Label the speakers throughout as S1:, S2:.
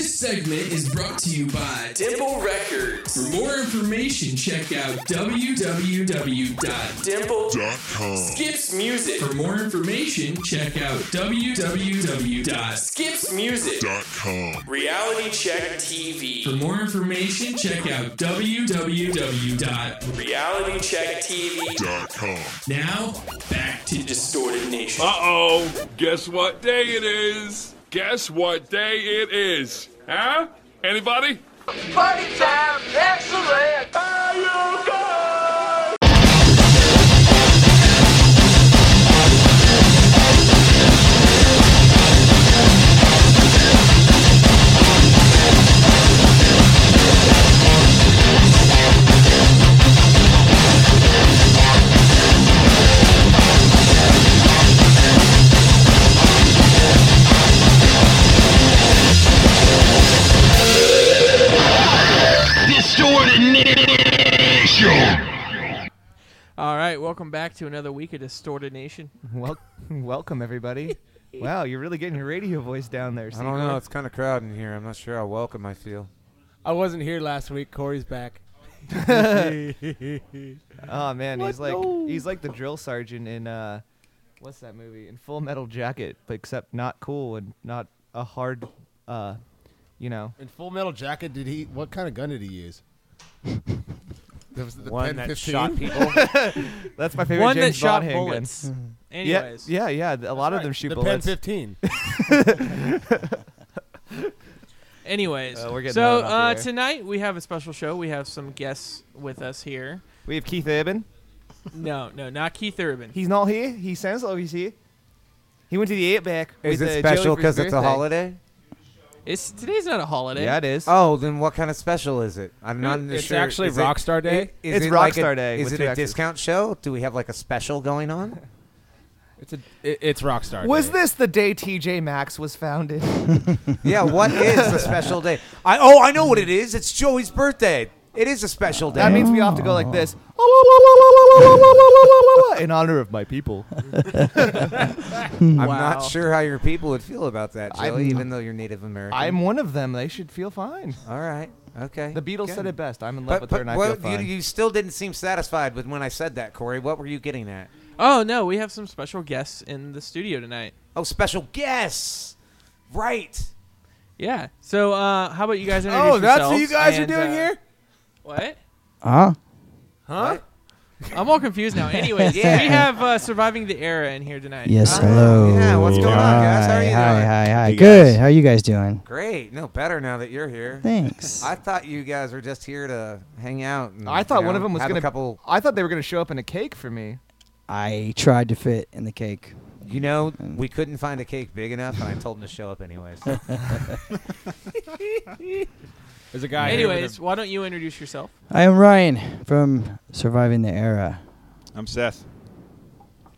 S1: segment is brought to you by Dimple Records. For more information, check out www.dimple.com. Skips Music. For more information, check out www.skipsmusic.com. Reality Check TV. For more information, check out www.realitychecktv.com. Now, back to Distorted Nation.
S2: Uh oh. Guess what day it is? Guess what day it is? Huh? Anybody?
S3: Party time! Excellent! Are you good?
S4: All right, welcome back to another week of Distorted Nation.
S5: Wel- welcome everybody. wow, you're really getting your radio voice down there.
S6: I don't know. It's kind of crowded in here. I'm not sure how welcome I feel.
S7: I wasn't here last week. Corey's back.
S5: Oh man, he's like he's like the drill sergeant in uh, what's that movie? In Full Metal Jacket, but except not cool and not a hard, uh, you know.
S8: In Full Metal Jacket, did he? What kind of gun did he use? That was the
S6: One
S8: 10,
S6: that
S8: 15?
S6: shot people.
S5: That's my favorite
S4: One that
S5: James Mm-hmm.
S4: shot
S5: Bond handgun.
S4: bullets.
S5: Yeah,
S4: Anyways,
S5: yeah, yeah. th- A lot of
S8: Right,
S5: them shoot
S8: the
S5: bullets.
S8: Pen 15.
S4: anyways.
S5: Uh, we're getting
S4: so
S5: that off
S4: uh,
S5: the air.
S4: tonight we have a special show. We have some guests with us here.
S5: we have Keith Urban.
S4: No, no, not Keith Urban.
S5: He's not here. He sounds like he's here. He went to the eight back.
S6: Is
S5: with,
S6: it
S5: uh, Joey
S6: special
S5: for his
S6: because it's a
S5: birthday.
S6: holiday?
S4: It's today's not a holiday.
S5: Yeah, it is.
S6: Oh, then what kind of special is it? I'm not
S7: It's
S6: sure.
S7: actually
S6: Is it-
S7: Rockstar Day.
S6: i- is
S5: It's
S6: it like a-
S5: Rockstar Day
S6: Is
S5: with
S6: it
S5: two
S6: a
S5: X's.
S6: discount show? Do we have like a special going on?
S7: It's a it, it's Rockstar.
S5: Was
S7: Day.
S5: this the day TJ Maxx was founded?
S6: yeah. What is a special day? I oh, I know what it is. It's Joey's birthday. It is a special day.
S5: That means we have to go like this in honor of my people.
S6: I'm
S4: Wow.
S6: not sure how your people would feel about that,
S5: I'm-
S6: Joey. Even though you're Native American.
S5: I'm one of them. They should feel fine.
S6: All right. Okay.
S5: The Beatles
S6: Good.
S5: said it best. I'm in love
S6: But,
S5: with her
S6: but
S5: and I feel
S6: what, you,
S5: fine.
S6: you still didn't seem satisfied with when I said that, Corey. What were you getting at?
S4: Oh no, we have some special guests in the studio tonight.
S6: Oh, special guests. Right.
S4: Yeah. So uh, how about you guys
S5: Oh,
S4: introduce yourselves and, uh, What?
S9: Huh?
S6: Huh?
S4: I'm all confused now. Anyways,
S6: Yeah.
S4: we have uh, surviving the era in here tonight. Uh,
S9: Yes.
S6: Hi.
S9: hello.
S6: Yeah, what's going on, guys? How are
S9: Hi,
S6: you
S9: hi,
S6: doing?
S9: Hi, hi,
S10: You
S9: Good.
S10: guys?
S9: How are you guys doing?
S6: Great. No, better now that you're here.
S9: Thanks.
S6: I thought you guys were just here to hang out. And,
S5: I thought
S6: you
S5: one of
S6: know,
S5: them was
S6: have
S5: gonna.
S6: a couple.
S5: I thought they were gonna show up in a cake for me.
S9: I tried to fit in the cake.
S6: You know, we couldn't find a cake big enough, and I told him to show up anyways.
S7: There's a guy. here with
S4: Anyways, why don't you introduce yourself?
S9: I am Ryan from Surviving the Era.
S10: I'm Seth.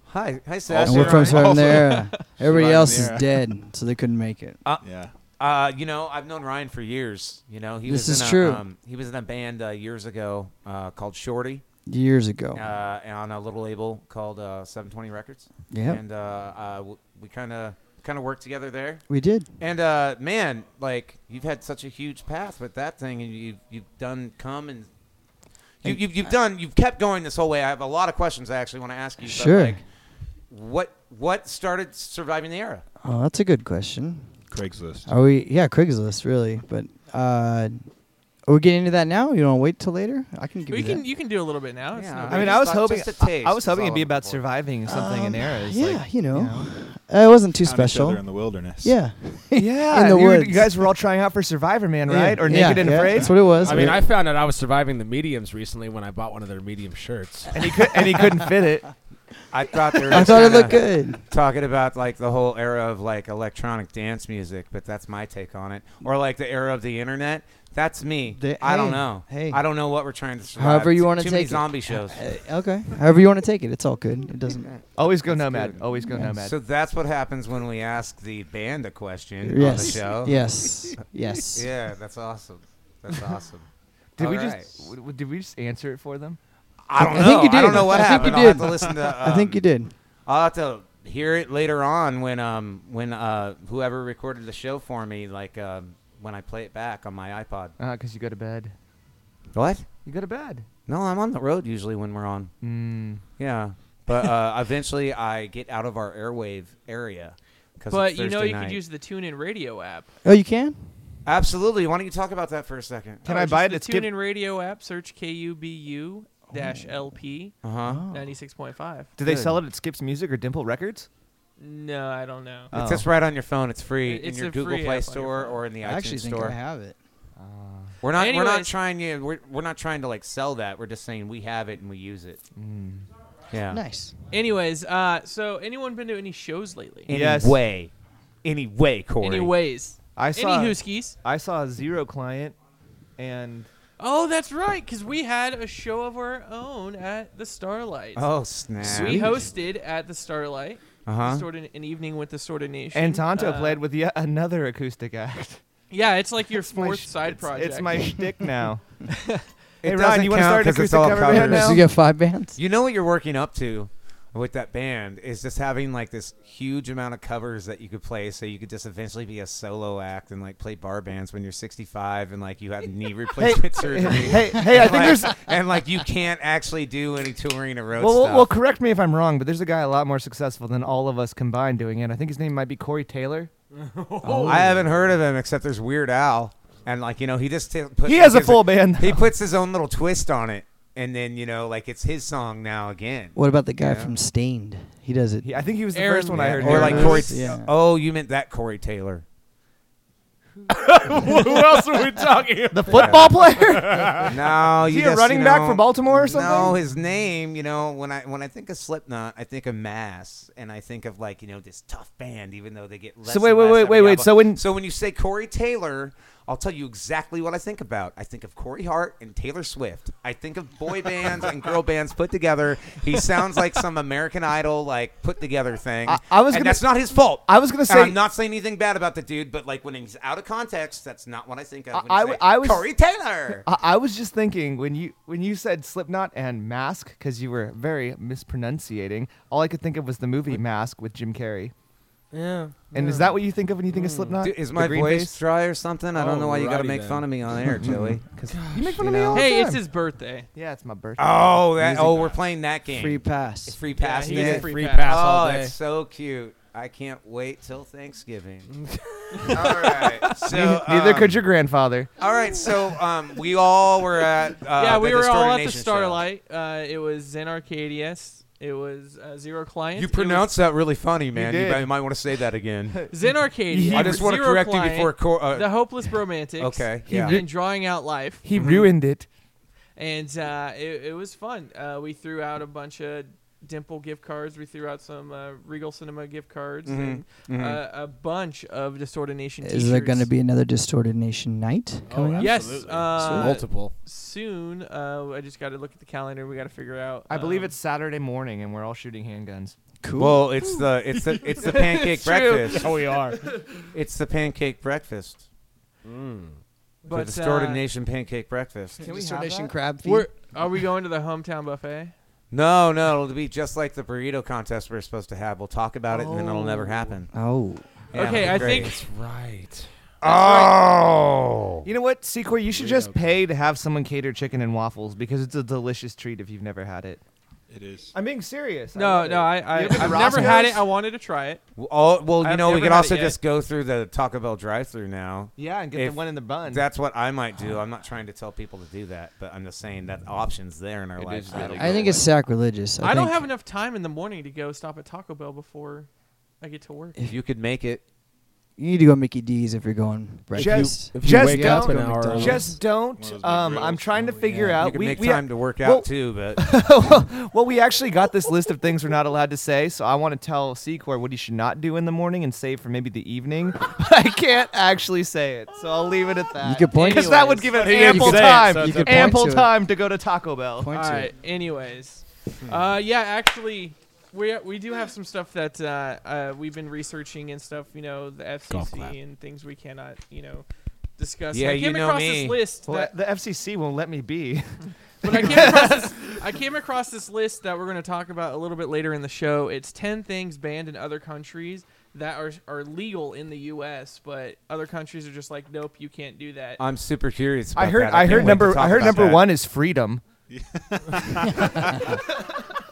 S6: hi, hi,
S9: And
S6: Seth.
S10: Also
S9: we're from
S10: Ryan.
S9: Surviving the
S10: Also-
S9: Era.
S10: Surviving
S9: Everybody
S10: the
S9: else is
S10: Era.
S9: dead, so they couldn't make it.
S10: Yeah.
S6: Uh, you know, I've known Ryan for years. You know, he
S9: This is
S6: was in a,
S9: true.
S6: Um, he was in a band uh, years ago uh, called Shorty
S9: Years ago.
S6: uh, on a little label called uh, 720 Records.
S9: Yep.
S6: And uh, uh, w- we kind of kind of worked together there.
S9: we did.
S6: And uh, man, like you've had such a huge path with that thing, and you've you've done come and you, you've you've done you've kept going this whole way. I have a lot of questions I actually want to ask you.
S9: Sure.
S6: But, like, what what started surviving the era?
S9: Oh, that's a good question.
S10: Craigslist.
S9: Are we? Yeah, Craigslist, really. But uh, are we getting into that now? You want to wait till later? I can give
S4: We
S9: you
S4: can
S9: that.
S4: you can do a little bit now. Oh, It's
S6: Yeah.
S4: no
S6: I
S5: I
S4: big-
S5: mean,
S6: just
S5: I was
S6: thought-
S5: hoping.
S6: just a taste
S5: I was
S6: is
S5: hoping
S6: all
S5: it'd
S6: I'm
S5: be about
S6: for.
S5: surviving something in eras.
S9: Um, yeah,
S5: like,
S9: you know, Uh, it wasn't too
S10: Found each
S9: special.
S10: other in the wilderness.
S9: yeah,
S5: yeah.
S9: in the
S5: you, were- you
S9: woods.
S5: guys were all trying out for Survivor Man, right?
S9: Yeah,
S5: Or
S9: yeah,
S5: Naked and
S9: yeah,
S5: Afraid.
S9: That's what it was.
S7: I mean,
S9: We-
S7: I found out I was surviving the mediums recently when I bought one of their medium shirts.
S5: and he could, and he couldn't fit it.
S6: I thought there
S9: I thought it looked good.
S6: talking about like the whole era of like electronic dance music, but that's my take on it. Or like the era of the internet. That's me.
S9: The-
S6: I don't
S9: hey,
S6: know.
S9: hey.
S6: I don't know what we're trying to survive.
S9: However you wanna
S6: Too many
S9: take it.
S6: zombie shows.
S9: Uh, okay. However you want to take it, it's all good. It doesn't matter.
S5: Always go
S6: That's
S5: nomad.
S6: good.
S5: Always go
S9: Yeah.
S5: nomad.
S6: So that's what happens when we ask the band a question on the
S9: Yes.
S6: show.
S9: Yes. Yes.
S6: Yeah, that's awesome. That's awesome.
S5: did we
S6: All right.
S5: just? w- w- Did we just answer it for them?
S6: I don't know.
S9: I think you
S6: I don't
S9: did.
S6: know what
S9: I think you
S6: happened. I'll have
S9: did.
S6: to listen to.
S9: I think
S6: um,
S9: you did.
S6: I'll have to hear it later on when um when uh whoever recorded the show for me like um when I play it back on my iPod.
S5: Uh, cause you go to bed.
S6: What?
S5: You go to bed.
S6: No, I'm on the road usually when we're on.
S5: Mm.
S6: Yeah, but uh, eventually I get out of our airwave area. 'cause it's
S4: But you know
S6: Thursday
S4: you
S6: night.
S4: could use the TuneIn Radio app.
S9: Oh, you can.
S6: Absolutely. Why don't you talk about that for a second?
S5: Can
S4: Oh,
S5: I
S4: just
S5: buy it?
S4: The
S5: It's give-
S4: TuneIn Radio app. Search KUBU dash LP
S6: Uh huh.
S4: ninety six point five.
S5: Oh. Do they
S6: Good.
S5: sell it at Skips Music or Dimple Records?
S4: No, I don't know.
S5: Oh.
S6: It's just right on your phone. It's free
S4: It's
S6: in your
S4: a
S6: Google
S4: free
S6: Play
S4: app on your
S6: Store
S4: phone.
S6: or in the
S9: I actually
S6: iTunes
S9: think
S6: Store.
S9: I have it.
S6: We're not. we're not
S4: Anyways.
S6: trying to. We're, we're not trying to like sell that. We're just saying we have it and we use it. Yeah.
S9: Mm. Nice.
S4: Anyways, uh, so anyone been to any shows lately?
S5: Yeah, Yes.
S6: Anyway. Anyway, Corey.
S4: Anyways,
S5: I saw.
S4: any Hooskies?
S5: I saw a zero client, and
S4: Oh, that's right, because we had a show of our own at the Starlight.
S6: Oh snap.
S4: we hosted at the Starlight.
S6: Uh-huh.
S4: Sort of an evening with the Sort of Nation.
S5: and Tonto
S4: Uh,
S5: played with yet another acoustic act.
S4: Yeah, it's like your
S5: my
S4: fourth
S5: sh-
S4: side project.
S5: It's my shtick now. hey,
S6: It
S5: Ron,
S6: doesn't
S5: you want to
S6: count
S5: start an
S6: 'cause it's
S5: acoustic
S6: all
S5: cover band
S6: covered.
S9: So
S5: now?
S9: you got five bands.
S6: You know what you're working up to with that band is just having like this huge amount of covers that you could play so you could just eventually be a solo act and like play bar bands when you're 65 and like you have knee replacement surgery.
S5: hey, hey, I
S6: And,
S5: think
S6: like,
S5: there's.
S6: and like you can't actually do any touring or road
S5: Well, well,
S6: stuff.
S5: well, correct me if I'm wrong, but there's a guy a lot more successful than all of us combined doing it. I think his name might be Corey Taylor.
S6: I haven't heard of him except there's Weird Al, and like you know he just t- puts
S5: He has a
S6: his-
S5: full band.
S6: He puts his own little twist on it, and then you know like it's his song now again.
S9: What about the guy from Stained? He does it.
S5: He- I think he was the
S4: Aaron-
S5: first one I
S6: Yeah,
S5: heard.
S6: or
S5: do
S6: like
S5: that.
S9: Taylor.
S6: Corey.
S9: Yeah.
S6: Oh, you meant that Corey Taylor.
S7: Who else are we talking about?
S5: the football player.
S6: No,
S5: Is
S6: you
S5: he a
S6: just,
S5: running
S6: you
S5: back
S6: know-
S5: for Baltimore or something?
S6: No, his name. You know, when I when I think of Slipknot, I think of Mass, and I think of like you know this tough band, even though they get less.
S5: So wait,
S6: and
S5: wait,
S6: less
S5: wait,
S6: every
S5: wait, wait.
S6: album.
S5: So when-
S6: so when you say Corey Taylor. I'll tell you exactly what I think about. I think of Corey Hart and Taylor Swift. I think of boy bands and girl bands put together. He sounds like some American Idol like put together thing.
S5: I- I was
S6: and
S5: gonna-
S6: that's not his fault.
S5: I was gonna
S6: And
S5: say-
S6: I'm not saying anything bad about the dude, but like when he's out of context, that's not what I think of. When
S5: I-
S6: I,
S5: I w- I was-
S6: Corey Taylor.
S5: I, I was just thinking when you when you said Slipknot and Mask because you were very mispronunciating. All I could think of was the movie Mask with Jim Carrey.
S4: yeah.
S5: And is that what you think of when you think of Slipknot?
S6: Dude, is
S5: The
S6: my
S5: green
S6: voice
S5: face?
S6: dry or something? I don't know why you got to
S7: Alrighty
S6: make
S7: then.
S6: fun of me on air, Joey.
S5: 'Cause you make fun
S6: you
S5: of me
S6: know.
S5: all the
S4: Hey,
S5: time.
S4: it's his birthday.
S5: yeah, it's my birthday.
S6: Oh, that, oh, we're playing that game.
S9: Free pass.
S6: free pass.
S4: he
S6: day.
S4: gets
S7: Free
S4: pass.
S7: pass all
S6: oh,
S7: day.
S6: that's so cute. I can't wait till Thanksgiving. all right. So
S5: Neither
S6: um,
S5: could your grandfather.
S6: All right. So um, we all were at. Uh,
S4: yeah, we
S6: the
S4: were all at the
S6: Distorted Nation show.
S4: Starlight. Uh, it was Zen Arcadius. It was uh, Zero Client.
S6: You pronounced that really funny, man. You,
S5: did.
S6: might- might want to say that again.
S4: Zen Arcadius.
S6: I just want to
S4: Zero
S6: correct you
S4: Client,
S6: before. Cor- uh,
S4: the Hopeless Romantics.
S6: Okay,
S4: He
S6: yeah.
S4: And Drawing Out Life.
S5: He
S6: Hmm.
S5: ruined it.
S4: and uh, it, it was fun. Uh, we threw out a bunch of Dimple gift cards. We threw out some uh, Regal Cinema gift cards
S6: Mm-hmm,
S4: and
S5: Mm-hmm.
S4: Uh, a bunch of Distorted Nation.
S9: Is there going to
S4: to
S9: be another Distorted Nation night coming up?
S4: Yes, uh,
S7: Multiple.
S4: soon. Uh, I just got to look at the calendar. We got to figure out.
S5: I believe
S4: um,
S5: it's Saturday morning and we're all shooting handguns.
S6: Well, it's the it's the it's the pancake breakfast.
S7: Oh, we are.
S6: It's the pancake breakfast.
S4: but,
S6: the distorted
S4: uh,
S6: nation pancake breakfast.
S5: Can we have
S9: Distorted Nation
S5: that?
S9: crab feet.
S4: We're, are we going to the hometown buffet?
S6: No, no, it'll be just like the burrito contest we're supposed to have. We'll talk about it, and then it'll never happen.
S9: oh,
S6: Yeah,
S4: okay,
S6: that'd
S4: I
S6: be great.
S4: think.
S7: right.
S6: Oh,
S5: You know what, Secor? You should just pay to have someone cater chicken and waffles because it's a delicious treat if you've never had it.
S10: It is.
S5: I'm being serious.
S4: No, no, I, I,
S5: You ever been
S4: I've
S5: to
S4: never had it.
S5: Roscoe's?
S4: I wanted to try it.
S6: Oh, well, you
S4: I've
S6: know, we
S4: never
S6: could
S4: had
S6: also
S4: it yet.
S6: just go through the Taco Bell drive-through now.
S5: Yeah, and get
S6: If
S5: the one in the bun.
S6: That's what I might do. I'm not trying to tell people to do that, but I'm just saying that option's there in our lives.
S10: is really
S9: I think it's sacrilegious. I,
S4: I don't
S9: think
S4: have enough time in the morning to go stop at Taco Bell before I get to work.
S6: If you could make it,
S9: You need to go Mickey D's if you're going breakfast.
S7: If you
S5: Just
S7: wake up
S5: don't-
S7: an hour early.
S5: Just
S10: One of
S5: don't.
S10: those
S5: Um,
S10: McGrills.
S5: I'm trying to figure
S6: you
S5: out.
S6: could
S5: we,
S6: make
S5: we-
S6: time to work out
S5: well-
S6: too. But
S5: well, we actually got this list of things we're not allowed to say, so I want to tell Secor what he should not do in the morning and save for maybe the evening. But I can't actually say it, so I'll leave it at that.
S9: You could point
S5: because that would give it
S7: He didn't
S5: ample
S7: say it,
S5: time,
S7: so it's
S9: You could okay.
S5: ample
S9: point to it.
S5: time to go to Taco Bell.
S9: Point
S4: All
S9: to it.
S4: right. Anyways,
S6: Hmm.
S4: uh, yeah, actually, we we do have some stuff that uh, uh, we've been researching and stuff. You know, the FCC and things we cannot, you know, discuss.
S6: Yeah,
S4: I came
S6: you know
S4: across
S6: me.
S4: this list.
S5: Well,
S4: that,
S5: the FCC won't let me be.
S4: but I came across this, I came across this list that we're going to talk about a little bit later in the show. It's ten things banned in other countries that are are legal in the U.S., but other countries are just like, nope, you can't do that.
S6: I'm super curious. About
S5: I heard.
S6: that.
S5: I,
S6: can't wait
S5: heard
S6: to
S5: number.
S6: talk
S5: I heard
S6: about
S5: number
S6: that.
S5: one is freedom.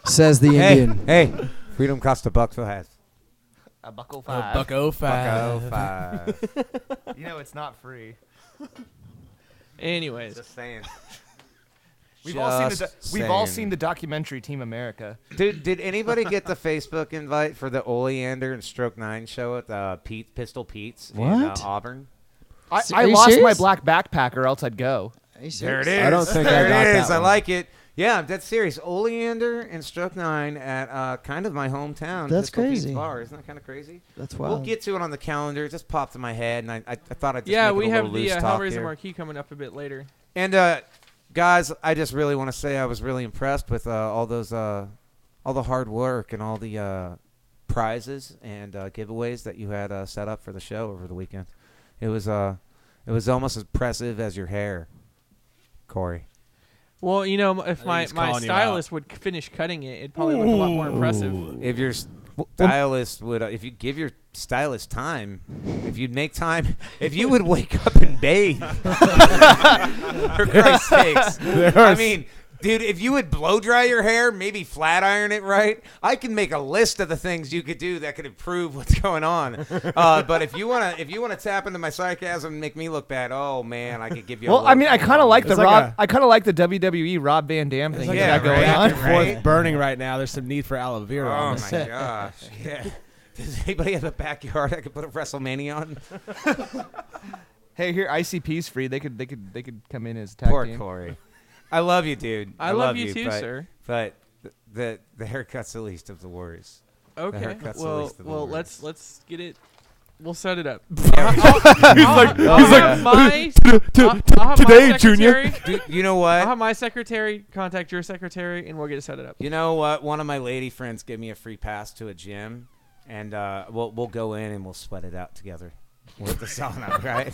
S9: Says the
S6: Hey,
S9: Indian.
S6: hey, freedom costs a buck five.
S5: A buckle
S7: Uh, Bucko
S6: Buck
S7: five.
S6: oh five.
S5: You know it's not free.
S4: Anyways,
S6: Just saying.
S5: We've all seen the.
S6: Just
S5: do- We've all
S6: saying.
S5: seen the documentary Team America.
S6: Dude, did anybody get the Facebook invite for the Oleander and Stroke Nine show at uh, Pete Pistol Pete's in uh,
S9: What?
S6: Auburn?
S5: I,
S9: S-
S5: I
S9: are you
S5: lost my
S9: serious?
S5: black backpack, or else I'd go.
S9: Are you
S6: There it
S9: serious?
S6: is.
S7: I don't think I
S6: there
S7: got
S6: it
S7: that
S6: is. I
S7: one.
S6: like it. Yeah, I'm dead serious. Oleander and Stroke Nine at uh, kind of my hometown.
S9: That's
S6: Pistol Pete's
S9: crazy.
S6: Bar. Isn't that kind of crazy?
S9: That's
S6: We'll
S9: wild.
S6: get to it on the calendar. It just popped in my head, and I, I, I thought I'd just
S4: yeah,
S6: make it
S4: we
S6: a
S4: have
S6: little
S4: the
S6: loose
S4: uh,
S6: talk
S4: Hellraiser
S6: here.
S4: marquee coming up a bit later.
S6: And uh, guys, I just really want to say I was really impressed with uh, all those, uh, all the hard work and all the uh, prizes and uh, giveaways that you had uh, set up for the show over the weekend. It was, uh, it was almost as impressive as your hair, Corey.
S4: Well, you know, if my,
S7: he's
S4: my
S7: calling you
S4: stylist would c- finish cutting it, it'd probably look a lot more impressive.
S6: If your s-
S5: um,
S6: stylist would, uh, if you give your stylist time, if you'd make time, if you would wake up and bathe, for Christ's sakes. I mean, dude, if you would blow dry your hair, maybe flat iron it right, I can make a list of the things you could do that could improve what's going on. Uh, but if you wanna, if you wanna tap into my sarcasm and make me look bad, oh man, I could give you. a
S5: Well, I
S6: look.
S5: mean, I kind of like the
S8: like
S5: Rob.
S8: a-
S5: I kind of like the WWE Rob Van Dam thing
S6: like
S5: you
S6: a
S5: got going
S6: back
S5: on.
S6: and
S7: Fourth
S6: Right?
S7: burning right now. There's some need for aloe vera.
S6: Oh
S7: on this.
S6: my gosh! Yeah. Does anybody have a backyard I could put a WrestleMania on?
S5: Hey, here ICP's free. They could. They could. They could come in as tag
S6: Poor
S5: team.
S6: Corey. I love you, dude.
S4: I love you too,
S6: but-
S4: sir.
S6: But th- the the haircut's the least of the worries.
S4: Okay.
S6: haircut's the
S4: Well,
S6: least of the
S4: well,
S6: worries.
S4: let's let's get it. We'll set it up.
S5: He's
S4: I'll have my, I'll, I'll have my secretary,
S6: Dude, you know
S4: I'll
S6: what?
S4: have my secretary contact your secretary, and we'll get it set it up.
S6: You know what? One of my lady friends gave me a free pass to a gym, and uh, we'll we'll go in and we'll sweat it out together. We'll hit the sauna, right?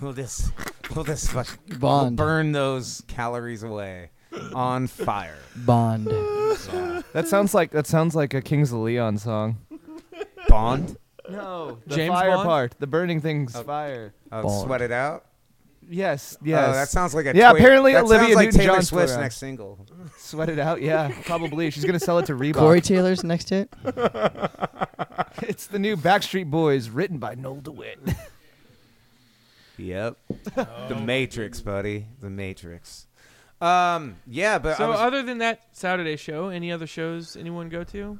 S6: We'll just we'll just fuck, we'll
S9: Bond.
S6: burn those calories away on fire.
S9: Bond.
S5: That sounds like that sounds like a Kings of Leon song.
S6: Bond.
S5: No, the
S4: James
S5: fire
S4: Bond?
S5: part, the burning thing's fire.
S6: Oh,
S9: Bond.
S6: sweat it out.
S5: Yes,
S6: Yeah,
S5: yes.
S6: Oh, that sounds like a
S5: Yeah,
S6: Twi-
S5: apparently
S6: that
S5: Olivia
S6: sounds like
S5: Newton-John
S6: Taylor
S5: threw
S6: Swift's
S5: out.
S6: next single.
S5: Sweat it out. Yeah, probably. She's gonna sell it to Reebok.
S9: Corey Taylor's next hit.
S5: It's the new Backstreet Boys, written by Noel DeWitt.
S6: Yep. the Matrix, buddy. The Matrix. Um. Yeah, but I
S4: So,
S6: was-
S4: other than that Saturday show, any other shows anyone go to?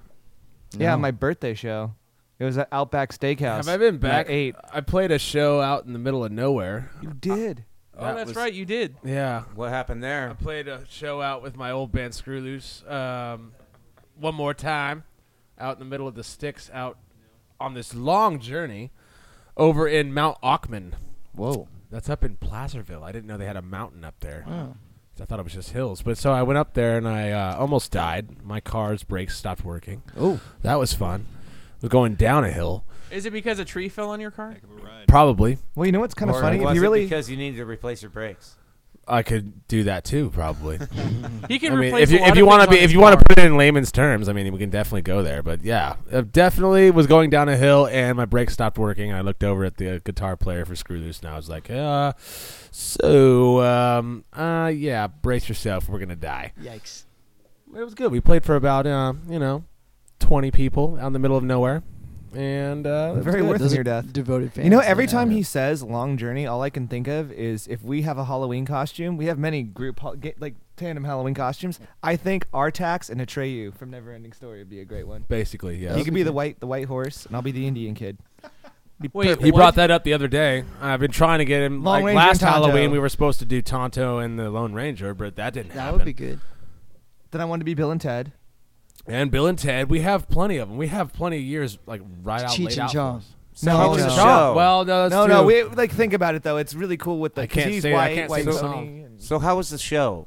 S5: Yeah, my birthday show. It was at Outback Steakhouse.
S7: Have I been
S5: and I
S7: back?
S5: ate.
S7: I played a show out in the middle of nowhere.
S5: You did.
S4: oh,
S7: That
S4: that's
S7: was-
S4: right, you did.
S7: Yeah.
S6: what happened there?
S7: I played a show out with my old band Screw Loose um, one more time out in the middle of the sticks out on this long journey over in Mount Aukman.
S9: Whoa.
S7: That's up in Placerville. I didn't know they had a mountain up there. I thought it was just hills. But so I went up there and I uh, almost died. My car's brakes stopped working.
S9: Oh.
S7: That was fun. We're going down a hill.
S4: Is it because a tree fell on your car?
S7: Probably.
S5: Well, you know what's kind of
S6: Or
S5: funny?
S6: was
S5: If you
S6: it
S5: really,
S6: because you needed to replace your brakes.
S7: I could do that too, probably.
S4: He can
S7: I mean,
S4: replace
S7: if you
S4: a lot
S7: if you
S4: want to
S7: be if you want to put it in layman's terms, I mean, we can definitely go there. But yeah, I definitely was going down a hill and my brakes stopped working. I looked over at the guitar player for Screw Loose and I was like, uh, so um, uh, yeah, brace yourself, we're gonna die.
S9: Yikes.
S7: It was good. We played for about uh, you know, twenty people out in the middle of nowhere, and uh, it was
S5: very
S7: good.
S5: worth
S9: Those
S5: your
S9: are
S5: death.
S9: Devoted fans.
S5: You know, every time
S9: Yeah.
S5: he says "long journey," all I can think of is if we have a Halloween costume. We have many group hol- get, like tandem Halloween costumes. I think Artax and Atreyu from Neverending Story would be a great one.
S7: basically yeah.
S5: You could be the white the white horse, and I'll be the Indian kid.
S4: Wait,
S7: He
S4: what?
S7: brought that up the other day. I've been trying to get
S5: Lone
S7: him. like
S5: Ranger
S7: last
S5: and Tonto.
S7: Halloween, we were supposed to do Tonto and the Lone Ranger, but that didn't
S9: That
S7: happen.
S9: would be good.
S5: Then I want to be Bill and Ted.
S7: And Bill and Ted, we have plenty of them. We have plenty of years like right out
S9: Cheech
S7: laid
S9: and
S7: out for
S9: Chong.
S7: us.
S5: No,
S6: How was
S5: no.
S6: the show?
S7: Well, no, that's
S5: no,
S7: true.
S5: no. We, like think about it though. It's really cool with the
S7: I can't
S5: 'cause he's
S7: say- I
S5: white,
S7: can't
S5: white
S7: sing the
S5: Tony,
S7: song.
S5: and-
S6: so how was the show?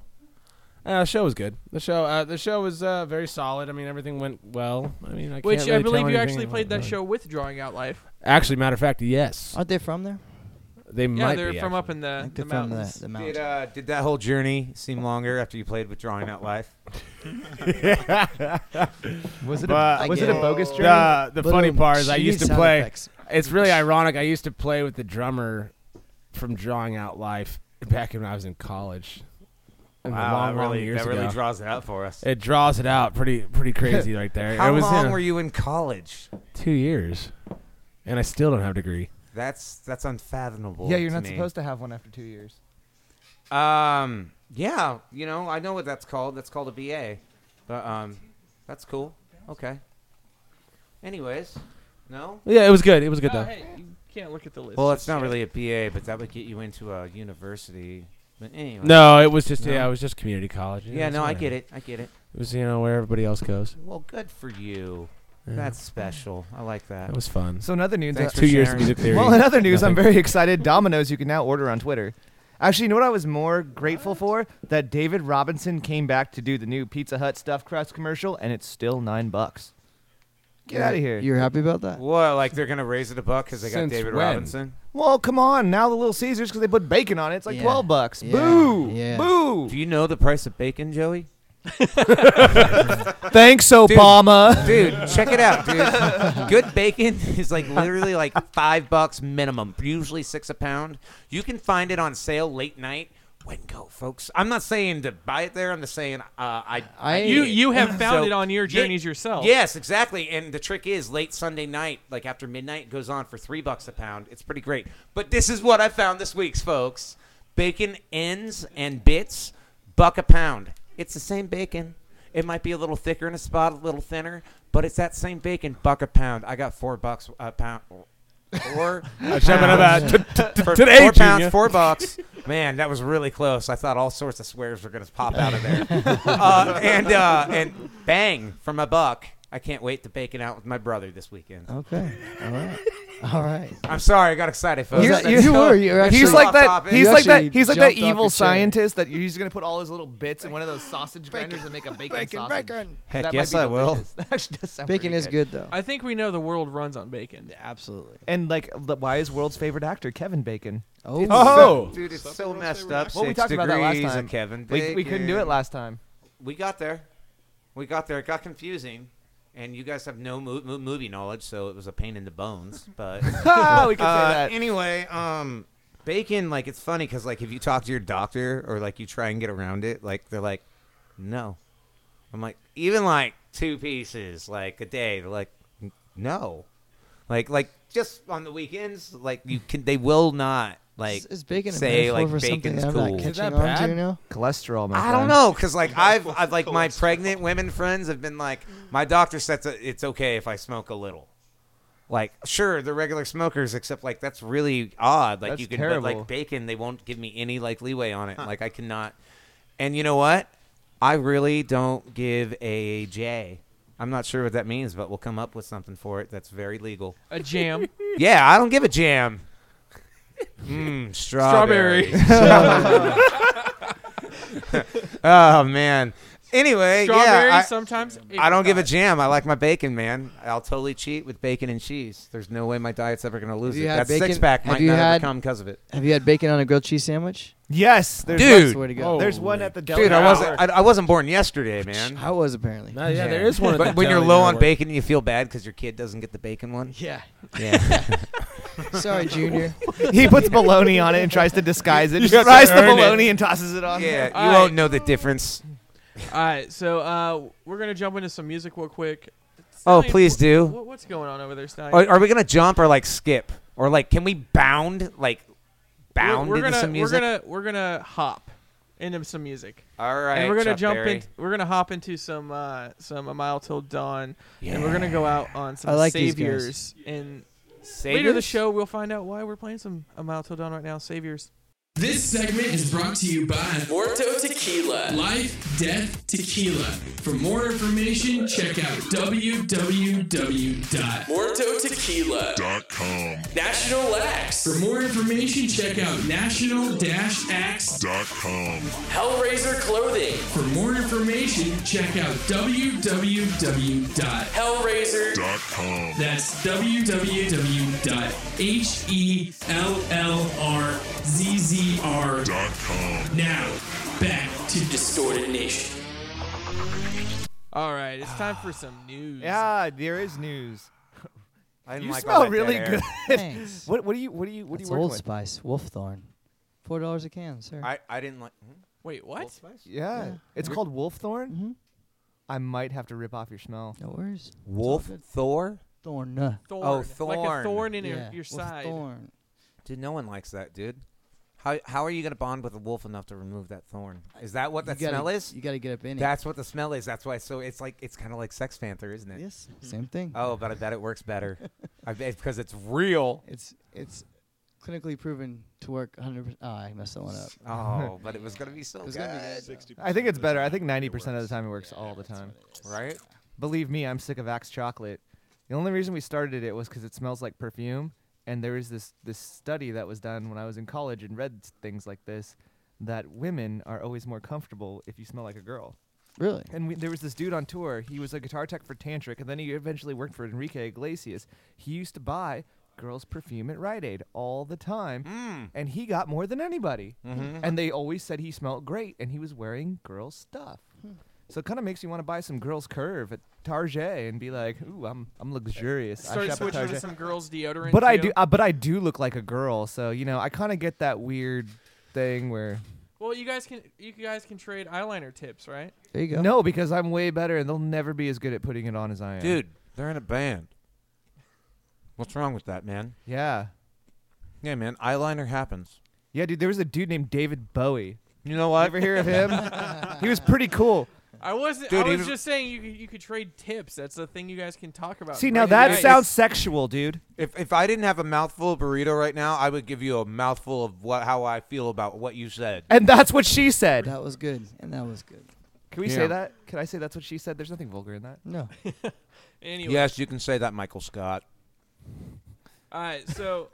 S7: Uh, the show was good. The show, uh, the show was uh, very solid. I mean, everything went well. I mean, I can't
S4: Which
S7: really
S4: I
S7: tell
S4: believe you
S7: anything
S4: actually
S7: about
S4: played
S7: it.
S4: that show with Drawing Out Life.
S7: Actually, matter of fact, yes.
S9: Aren't they from there?
S7: They
S4: Yeah,
S7: might
S4: they're
S7: be,
S4: from
S7: actually.
S4: up in the,
S9: think
S4: the
S9: they're from the-
S4: mountains.
S9: the
S6: Did,
S9: mountains.
S6: uh, did that whole journey seem longer after you played with Drawing Out Life?
S5: Was it
S7: But-
S5: a, was it a
S9: Yeah.
S5: bogus journey?
S7: The, the
S9: Little-
S7: funny part is
S9: she
S7: I
S9: needs
S7: used to
S9: sound
S7: play.
S9: effects.
S7: It's really ironic. I used to play with the drummer from Drawing Out Life back when I was in college. And
S6: Wow,
S7: long,
S6: that
S7: long
S6: really,
S7: years
S6: that really
S7: ago.
S6: draws it out for us.
S7: it draws it out pretty, pretty crazy right there.
S6: How
S7: it was, you
S6: long
S7: know,
S6: were you in college?
S7: Two years, and I still don't have a degree.
S6: That's that's unfathomable.
S5: yeah, you're
S6: to
S5: not
S6: me.
S5: supposed to have one after two years.
S6: Um, yeah, you know, I know what that's called. That's called a BA. But um, that's cool. Okay. Anyways, no.
S7: Yeah, it was good. It was good
S4: Oh,
S7: though.
S4: hey, you can't look at the list.
S6: Well,
S4: just
S6: it's not
S4: yet.
S6: really a BA, but that would get you into a university. But anyway.
S7: No, it was just
S6: No.
S7: yeah, it was just community college.
S6: Yeah, no, I get it. I get it.
S7: It was you know where everybody else goes.
S6: Well, good for you. That's special. I like that.
S7: It was fun.
S5: So another news.
S6: Thanks
S7: Two years of
S6: sharing.
S7: music theory.
S5: Well, in other news, I'm
S7: Nothing.
S5: very excited. Domino's, you can now order on Twitter. Actually, you know what I was more grateful for? That David Robinson came back to do the new Pizza Hut stuffed crust commercial, and it's still nine bucks. Get out of here.
S9: You're happy about that?
S6: What? Like they're gonna raise it a buck because they got
S7: Since
S6: David
S7: when?
S6: Robinson?
S5: well, come on. Now the Little Caesars, because they put bacon on it, it's like
S9: Yeah.
S5: 12 bucks.
S9: Yeah.
S5: Boo!
S9: Yeah.
S5: Boo!
S6: Do you know the price of bacon, Joey?
S5: Thanks, Obama.
S6: Dude, check it out, dude. Good bacon is like literally like five bucks minimum, usually six a pound. You can find it on sale late night. Wingo, folks. I'm not saying to buy it there. I'm just saying uh, I,
S9: I-
S4: You you have found
S6: So-
S4: it on your
S6: Yeah.
S4: journeys yourself.
S6: Yes, exactly. And the trick is late Sunday night, like after midnight, it goes on for three bucks a pound. It's pretty great. But this is what I found this week's folks: bacon ends and bits, buck a pound. It's the same bacon. It might be a little thicker in a spot, a little thinner, but it's that same bacon, buck a pound. I got four bucks a pound. Four
S7: Jumping
S6: pounds
S7: about t- t- t-
S6: for
S7: today,
S6: four pounds,
S7: Junior.
S6: four bucks. Man, that was really close. I thought all sorts of swears were gonna pop out of there. uh, and uh, and bang from a buck. I can't wait to bake it out with my brother this weekend.
S7: Oh.
S9: Okay. All right. All right.
S6: I'm sorry, I got excited, folks.
S9: You-
S6: That's-
S9: you
S6: so-
S9: were- you were
S6: that's
S9: actually-
S5: He's
S6: so
S5: like
S6: off
S5: that.
S6: topic.
S5: He's
S9: You
S5: like that.
S9: actually
S5: He's like that
S9: jumped off
S5: evil
S9: your chair.
S5: scientist that he's gonna put all his little bits in one of those sausage grinders and make a bacon sausage.
S6: Heck
S5: That might
S6: yes,
S5: be
S6: I will.
S5: delicious. That actually does sound
S9: Bacon
S5: pretty
S9: is good though.
S4: I think we know the world runs on bacon.
S9: Absolutely.
S5: And like, the- why is world's favorite actor Kevin Bacon?
S9: Oh.
S7: Oh,
S6: Dude, it's so messed up.
S5: Well, we
S6: Six
S5: talked about that last
S6: degrees of
S5: time.
S6: Kevin.
S5: We, we couldn't do
S6: Bacon.
S5: it last time.
S6: We got there. We got there. It got confusing. And you guys have no mo- mo- movie knowledge, so it was a pain in the bones. But
S5: Oh, we could
S6: Uh,
S5: say that.
S6: Anyway, um, bacon, like, it's funny because, like, if you talk to your doctor or, like, you try and get around it, like, they're like, no. I'm like, even, like, two pieces, like, a day. They're like, "N- no. Like, like, just on the weekends, like, you can, they will not, like,
S9: Is, is bacon a metaphor
S6: say, like,
S9: for something
S6: bacon's
S9: that I'm
S6: cool.
S9: not catching
S7: that
S9: on
S7: bad?
S9: to now?
S5: Cholesterol, my
S6: I don't know, cause like I've, I've like my pregnant women friends have been like, my doctor says that it's okay if I smoke a little. Like, sure, they're regular smokers, except like that's really odd. Like
S5: That's
S6: you can,
S5: terrible.
S6: but like bacon, they won't give me any like leeway on it. Like I cannot. And you know what? I really don't give a J. I'm not sure what that means, but we'll come up with something for it that's very legal.
S4: A jam.
S6: Yeah, I don't give a jam. Mmm,
S4: Strawberry.
S6: oh man. Anyway,
S4: Strawberry
S6: yeah, I-
S4: sometimes.
S6: I don't give a jam. I like my bacon, man. I'll totally cheat with bacon and cheese. There's no way my diet's ever gonna lose
S9: Have you
S6: it.
S9: had
S6: That
S9: bacon-
S6: six pack
S9: have
S6: might
S9: you
S6: not
S9: had-
S6: ever come because of it.
S9: Have you had bacon on a grilled cheese sandwich?
S5: Yes, there's
S9: That's the way to go.
S5: there's one at the deli.
S6: Dude, I
S5: now.
S6: wasn't. I, I wasn't born yesterday, man.
S9: I was apparently.
S7: No, yeah, there is one. at the
S6: But when you're
S7: deli
S6: low
S7: where I
S6: on
S7: work.
S6: bacon, you feel bad because your kid doesn't get the bacon one.
S9: Yeah.
S6: Yeah.
S9: Sorry, Junior.
S5: he puts baloney on it and tries to disguise it. He
S7: have to
S5: fries the
S7: earn it.
S5: baloney and tosses it on.
S6: yeah. You
S4: All
S6: won't
S4: right.
S6: know the difference.
S4: All right, so uh, we're gonna jump into some music real quick.
S6: Oh,
S4: Stallion,
S6: please
S4: wh-
S6: do.
S4: wh- what's going on over there, Stein?
S6: Are, are we gonna jump or like skip or like can we bound like bound
S4: we're, we're
S6: into
S4: gonna
S6: some music?
S4: we're gonna we're gonna hop into some music,
S6: All right.
S4: and we're gonna
S6: Chuck
S4: jump
S6: Berry.
S4: in. We're gonna hop into some uh, some a mile till dawn, and we're
S6: Yeah.
S4: gonna go out on
S9: I
S4: some
S9: like these guys.
S4: saviors. And
S6: Saviors?
S4: later in the show, we'll find out why we're playing some a mile till dawn right now. Saviors.
S1: This segment is brought to you by Morto Tequila. Life, Death, Tequila. For more information, check out www.mortotequila.com.
S3: National Axe.
S1: For more information, check out national-axe.com.
S3: Hellraiser Clothing.
S1: For more information, check out www.hellraiser.com.
S3: Hellraiser.
S1: That's E www.hellrzzr.com. Now, back to Distorted Nation.
S4: All right, it's time for some news.
S5: Yeah, there is news.
S6: I didn't
S5: you
S6: like all
S5: smell
S6: that
S5: really
S6: dead air.
S5: good.
S9: Thanks.
S5: what what do you what do you what
S9: It's
S5: do you working
S9: Old
S5: with?
S9: Spice, Wolfthorn. Four dollars a can, sir.
S6: I, I didn't like. hmm?
S4: Wait, what?
S5: Yeah. It's called Wolfthorn.
S9: Mhm.
S5: I might have to rip off your smell.
S9: no worries.
S6: Wolf Thor?
S9: Thorn. uh,
S4: Thorn.
S6: Oh,
S4: Like a
S6: thorn.
S4: thorn in
S9: Yeah,
S4: your, your
S9: with
S4: side.
S9: Thorn.
S6: Dude, no one likes that, dude. How how are you gonna bond with a wolf enough to remove that thorn? Is that what that
S9: you gotta,
S6: smell is?
S9: You got to get up in it.
S6: That's what the smell is. That's why. So it's like it's kind of like Sex Panther, isn't it?
S9: yes, same thing.
S6: Oh, but I bet it works better. I bet because it's real.
S9: It's it's clinically proven to work 100%. Oh, I messed that one up.
S6: Oh, but it was gonna be so
S9: It's
S6: good,
S9: gonna be good.
S5: I think it's better. I think 90% of the time it works all the time.
S6: right?
S5: Believe me, I'm sick of Axe chocolate. The only reason we started it was because it smells like perfume. And there is this, this study that was done when I was in college and read s- things like this that women are always more comfortable if you smell like a girl.
S9: Really?
S5: And we, there was this dude on tour. He was a guitar tech for Tantric, and then he eventually worked for Enrique Iglesias. He used to buy girls' perfume at Rite Aid all the
S6: Mm.
S5: time,
S6: Mm-hmm.
S5: and he got more than anybody.
S9: Mm-hmm.
S4: Mm-hmm.
S5: And they always said he smelled great, and he was wearing girls' stuff. So it kind of makes you want to buy some girls' curve at Target and be like, "Ooh, I'm I'm luxurious." I
S4: Start
S5: shop at
S4: switching to
S5: Target."
S4: some girls' deodorant.
S5: But I
S4: too.
S5: do, uh, but I do look like a girl, so you know, I kind of get that weird thing where
S4: Well, you guys can you guys can trade eyeliner tips, right?
S9: There you go.
S5: no, because I'm way better, and they'll never be as good at putting it on as I am,
S6: Dude, they're in a band. What's wrong with that, man?
S5: Yeah.
S6: Yeah, man. Eyeliner happens.
S5: Yeah, dude, there was a dude named David Bowie.
S6: You know what?
S5: Ever hear of him? he was pretty cool.
S4: I wasn't.
S6: Dude,
S4: I was
S6: even-
S4: just saying you could- you could trade tips. That's the thing you guys can talk about.
S5: See, now
S4: Uh, Right.
S5: that
S4: Nice.
S5: sounds sexual, dude.
S6: If if I didn't have a mouthful of burrito right now, I would give you a mouthful of what how I feel about what you said.
S5: And that's what she said.
S9: That was good, and that was good.
S5: Can we
S6: Yeah.
S5: say that? Can I say that's what she said? There's nothing vulgar in that.
S9: No.
S4: Anyway,
S6: Yes, you can say that, Michael Scott.
S4: all right. So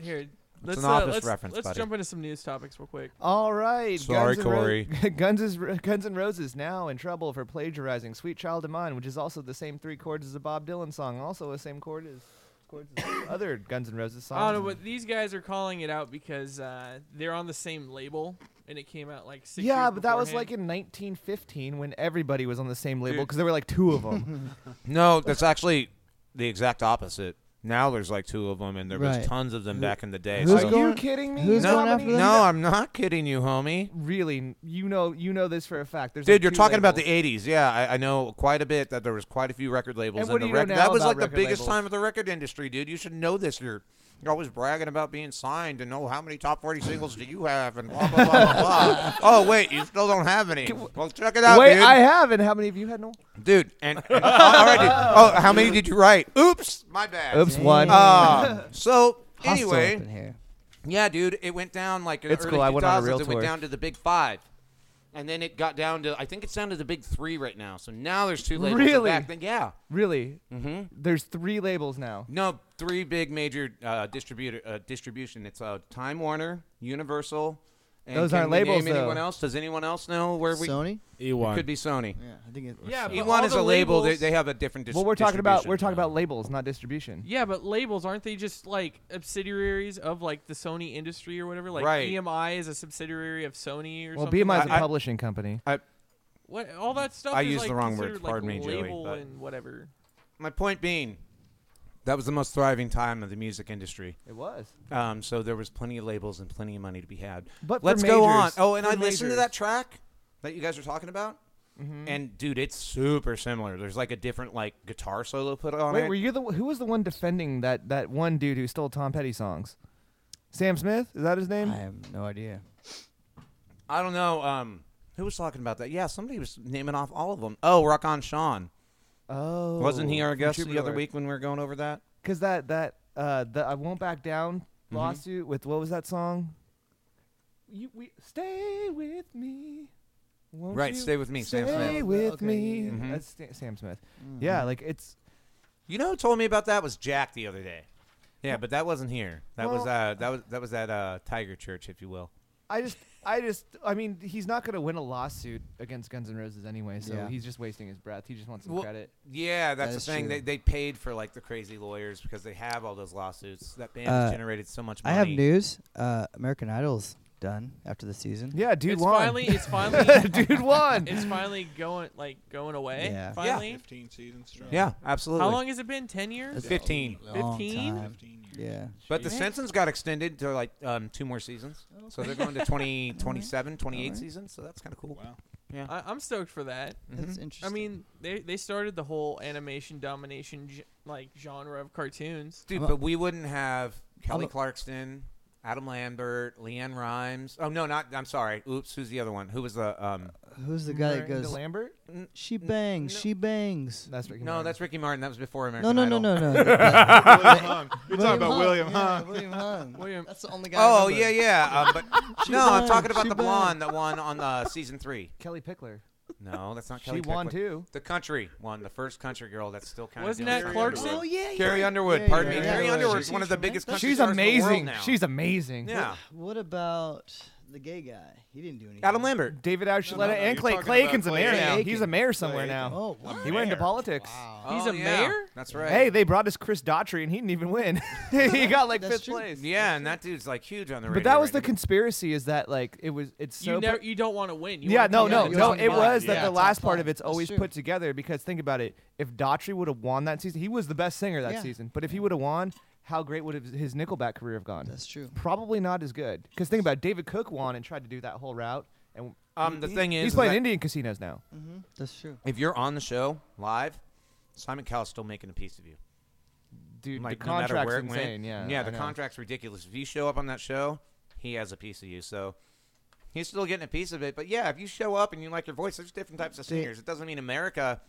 S4: here, let's
S6: an
S4: uh,
S6: office
S4: let's,
S6: reference,
S4: let's
S6: buddy.
S4: jump into some news topics real quick.
S5: All right.
S6: Sorry,
S5: Guns N'
S6: Corey.
S5: Ro- Guns, is, Guns N' Roses now in trouble for plagiarizing "Sweet Child of Mine," which is also the same three chords as a Bob Dylan song, also the same chord as chords as other Guns N' Roses songs.
S4: I don't know, but these guys are calling it out because uh, they're on the same label, and it came out like six.
S5: yeah,
S4: years
S5: but that was like
S4: beforehand.
S5: in 1915 when everybody was on the same label
S4: Dude.
S5: because there were like two of them.
S6: No, that's actually the exact opposite. Now there's like two of them, and there
S9: Right.
S6: was tons of them back in the day.
S9: Who's
S5: Are
S6: so-
S9: going-
S5: you kidding me?
S9: who's
S5: How
S6: no,
S9: going
S5: many-
S9: after them?
S6: no, I'm not kidding you, homie.
S5: really n- you know you know this for a fact. There's like
S6: Dude, you're
S5: two
S6: talking about the
S5: labels.
S6: '80s. Yeah, I, I know quite a bit that there was quite a few record labels.
S5: And what do
S6: the
S5: you know
S6: record
S5: now
S6: that was
S5: about
S6: like the
S5: record
S6: biggest
S5: labels?
S6: time of the record industry, dude. You should know this. You're, you're always bragging about being signed and know how many top 40 singles do you have and blah blah blah blah. blah. oh wait, you still don't have any. Well, check it out,
S5: Wait,
S6: dude.
S5: I have, and how many of you had no?
S6: dude, and, and oh, all right, dude. Oh, how many did you write? Oops, my bad.
S5: Oops, one.
S6: Um, so
S9: Hostile up in
S6: anyway,
S9: here.
S6: yeah, dude, it went down like in
S5: It's
S6: the early
S5: cool, I
S6: 2000s.
S5: went on a real
S6: it went
S5: tour.
S6: down to the big five, and then it got down to I think it's down to the big three right now. So now there's two labels.
S5: Really?
S6: Back then, yeah.
S5: Really? Mm-hmm. There's three labels now.
S6: No, three big major uh, distributor uh, distribution. It's uh, Time Warner, Universal. And
S5: Those
S6: can
S5: aren't
S6: we
S5: labels,
S6: Name anyone
S5: though.
S6: else? Does anyone else know where we
S9: Sony?
S7: E1.
S6: could be Sony?
S9: Yeah, I think it,
S4: Yeah, but all
S6: E1 is
S4: the
S6: a label. They,
S4: labels-
S6: they have a different. Dis-
S5: Well, we're talking about we're
S6: distribution.
S5: talking about labels, not distribution.
S4: Yeah, but labels aren't they just like subsidiaries of like the Sony industry or whatever? Like
S6: Right.
S4: EMI is a subsidiary of Sony or
S5: Well,
S4: something.
S5: BMI's
S4: like
S5: a
S4: that.
S5: publishing company.
S4: What all that stuff?
S6: I
S4: is,
S6: used
S4: like,
S6: the wrong word.
S4: considered, Like,
S6: Pardon me, Joey,
S4: label
S6: but-
S4: and whatever.
S6: My point being, that was the most thriving time of the music industry.
S5: It was.
S6: Um, so there was plenty of labels and plenty of money to be had.
S5: But for
S6: let's go on.
S5: majors-
S6: Oh, and
S5: for
S6: I listened to
S5: majors. Mm-hmm.
S6: that track that you guys are talking about. And dude, it's super similar. There's like a different like guitar solo put on
S5: Wait,
S6: it.
S5: were you the who was the one defending that that one dude who stole Tom Petty songs? Sam Smith is that his name?
S9: I have no idea.
S6: I don't know. Um, who was talking about that? Yeah, somebody was naming off all of them. Oh, Rock on Sean.
S5: Oh,
S6: Wasn't he our guest the other week when we were going over that?
S5: Because
S6: Mm-hmm.
S5: that that uh, the I won't back down lawsuit with what was that song? you we stay with me. won't
S6: Right,
S5: you?
S6: stay with me, Sam
S5: Stay
S6: Smith.
S5: with
S9: Okay,
S5: me. Mm-hmm.
S9: yeah.
S6: Mhm.
S5: That's Sta- Sam Smith. Yeah, like it's
S6: You know who told me about that was Jack the other day. Yeah, but that wasn't here. That was
S5: Well-
S6: uh that was that was at uh Tiger Church, if you will.
S5: I just I just I mean he's not gonna win a lawsuit against Guns N' Roses anyway, so
S9: Yeah.
S5: he's just wasting his breath. He just wants some
S6: Well,
S5: credit.
S6: Yeah,
S9: That
S6: that's the
S9: is
S6: thing.
S9: true.
S6: They, they paid for like the crazy lawyers because they have all those lawsuits. That band
S9: Uh,
S6: has generated so much
S9: I
S6: money.
S9: have news. Uh, American Idol's done after the season.
S5: Yeah, dude
S4: it's
S5: won.
S4: finally, it's finally,
S5: dude won.
S4: it's finally going like going away.
S9: Yeah. Yeah.
S4: Finally,
S10: 15 seasons strong.
S6: Yeah, absolutely.
S4: how long has it been? Ten years?
S9: That's
S6: Fifteen.
S9: a long
S4: 15?
S9: time.
S10: 15 years.
S9: Yeah.
S6: But the
S4: Jeez.
S6: sentence got extended to like um, two more seasons. So they're going to 20, 27, 28
S9: Alright.
S6: seasons. So that's kind of cool. Mm-hmm.
S10: Wow.
S4: I, I'm stoked for that.
S9: That's
S4: I
S9: interesting.
S4: mean, they they started the whole animation domination ge- like genre of cartoons.
S6: Dude,
S9: I'm a-
S6: but we wouldn't have Kelly
S9: I'm a-
S6: Clarkson, Adam Lambert, Leanne Rhimes. Oh, no, not. I'm sorry. Oops. Who's the other one? Who was the. Um,
S9: who's the guy that
S5: Miranda
S9: goes?
S5: Lambert.
S9: She bangs.
S6: no.
S9: She bangs.
S5: That's Ricky
S6: no,
S5: Martin.
S6: that's Ricky Martin. That was before
S9: No,
S6: American
S9: no, no,
S6: Idol.
S9: no, no. You're
S10: You're talking about William, huh?
S9: William Hung.
S4: William-
S9: That's the only guy. I
S6: Oh,
S9: remember.
S6: yeah, yeah. Um, but no, I'm
S9: bangs,
S6: talking about
S9: she
S6: the
S9: bangs.
S6: blonde, the one on uh, season three.
S5: Kelly Pickler.
S6: No, that's not
S5: She
S6: Kelly
S5: won
S6: Pickler.
S5: too.
S6: The country one, the first country girl that's still kind
S4: Wasn't
S6: of
S4: that Clarkson?
S9: Oh yeah. yeah.
S6: Carrie Underwood,
S9: Yeah,
S6: pardon
S9: yeah,
S6: me.
S9: yeah.
S6: Carrie
S9: Yeah.
S6: Underwood's
S9: She's
S6: one of the
S9: amazing.
S6: biggest country
S5: She's
S6: stars in the world
S5: amazing.
S6: now.
S5: She's amazing.
S6: yeah.
S9: What about the gay guy? He didn't do anything.
S6: Adam Lambert.
S5: David Archuleta
S10: no,
S5: and
S10: you're
S5: Clay.
S10: talking
S5: Clay
S10: about
S5: Aiken's a
S10: Clay
S5: mayor now.
S9: Aiken.
S5: He's a mayor somewhere
S10: Aiken.
S5: now.
S9: Oh wow.
S5: He went into politics.
S9: Wow.
S4: He's
S6: Oh,
S4: a
S6: yeah.
S4: mayor?
S6: That's right.
S5: Hey, they brought us Chris Daughtry and he didn't even win. he got like
S9: That's
S5: fifth
S9: true.
S5: place.
S6: Yeah, and that dude's like huge on the radio.
S5: But that was
S6: right
S5: the
S6: now.
S5: conspiracy is that like it was it's so
S4: you never,
S5: put-
S4: you don't want to win. You
S5: yeah,
S4: wanna
S5: no,
S4: come
S9: yeah,
S5: no,
S4: out.
S9: you
S5: no.
S9: wanna
S5: It
S9: come
S5: was
S9: out.
S5: that
S9: Yeah.
S5: the
S9: Top
S5: last part
S9: five.
S5: of it's
S9: That's
S5: always
S9: true.
S5: put together because think about it. If Daughtry would have won that season, he was the best singer that
S9: Yeah.
S5: season. But if he would have won, how great would have his Nickelback career have gone?
S9: That's true.
S5: Probably not as good. Because think about it, David Cook won and tried to do that whole route, and
S6: Um, the thing is,
S5: he's
S6: is
S5: playing
S6: that
S5: Indian casinos now.
S9: That's true.
S6: if you're on the show live, Simon Cowell's still making a piece of you.
S5: Dude,
S6: Like
S5: the
S6: no matter
S5: contract's
S6: where it went.
S5: insane. Yeah,
S6: yeah,
S5: I
S6: the
S5: know.
S6: contract's ridiculous. If you show up on that show, he has a piece of you. So he's still getting a piece of it. But yeah, if you show up and you like your voice, there's different types of singers. It doesn't mean America.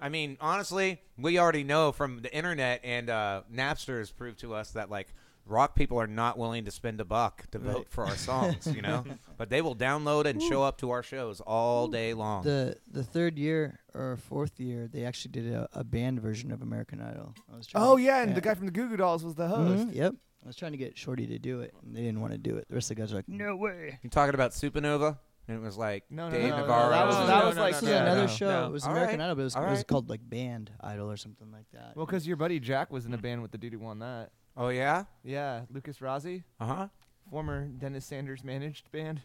S6: I mean, honestly, we already know from the internet and uh, Napster has proved to us that like rock people are not willing to spend a buck to vote for our songs, you know. But they will download and show up to our shows all day long.
S9: The the third year or fourth year, they actually did a, a band version of American Idol. I was trying
S5: Oh
S9: to-
S5: yeah, and the guy from the Goo Goo Dolls was the host.
S9: Mhm, Yep. I was trying to get Shorty to do it, and they didn't want to do it. The rest of the guys were like, "No way."
S6: You're talking about Supernova, and it was like
S5: No, no,
S6: Dave
S5: no, no,
S6: Navarro.
S5: that was
S4: No,
S5: that
S4: no,
S5: was
S4: no,
S5: like
S4: no,
S9: This
S4: no,
S9: was
S5: yeah,
S9: another
S5: no.
S9: show.
S4: no.
S9: It was
S6: All
S9: American
S6: right.
S9: Idol, but it was,
S6: All
S9: it was
S6: right.
S9: called like Band Idol or something like that.
S5: Well, because your buddy Jack was in a band with the dude who won that.
S6: oh yeah,
S5: Yeah, Lucas Rossi,
S6: uh huh.
S5: former Dennis Sanders managed band.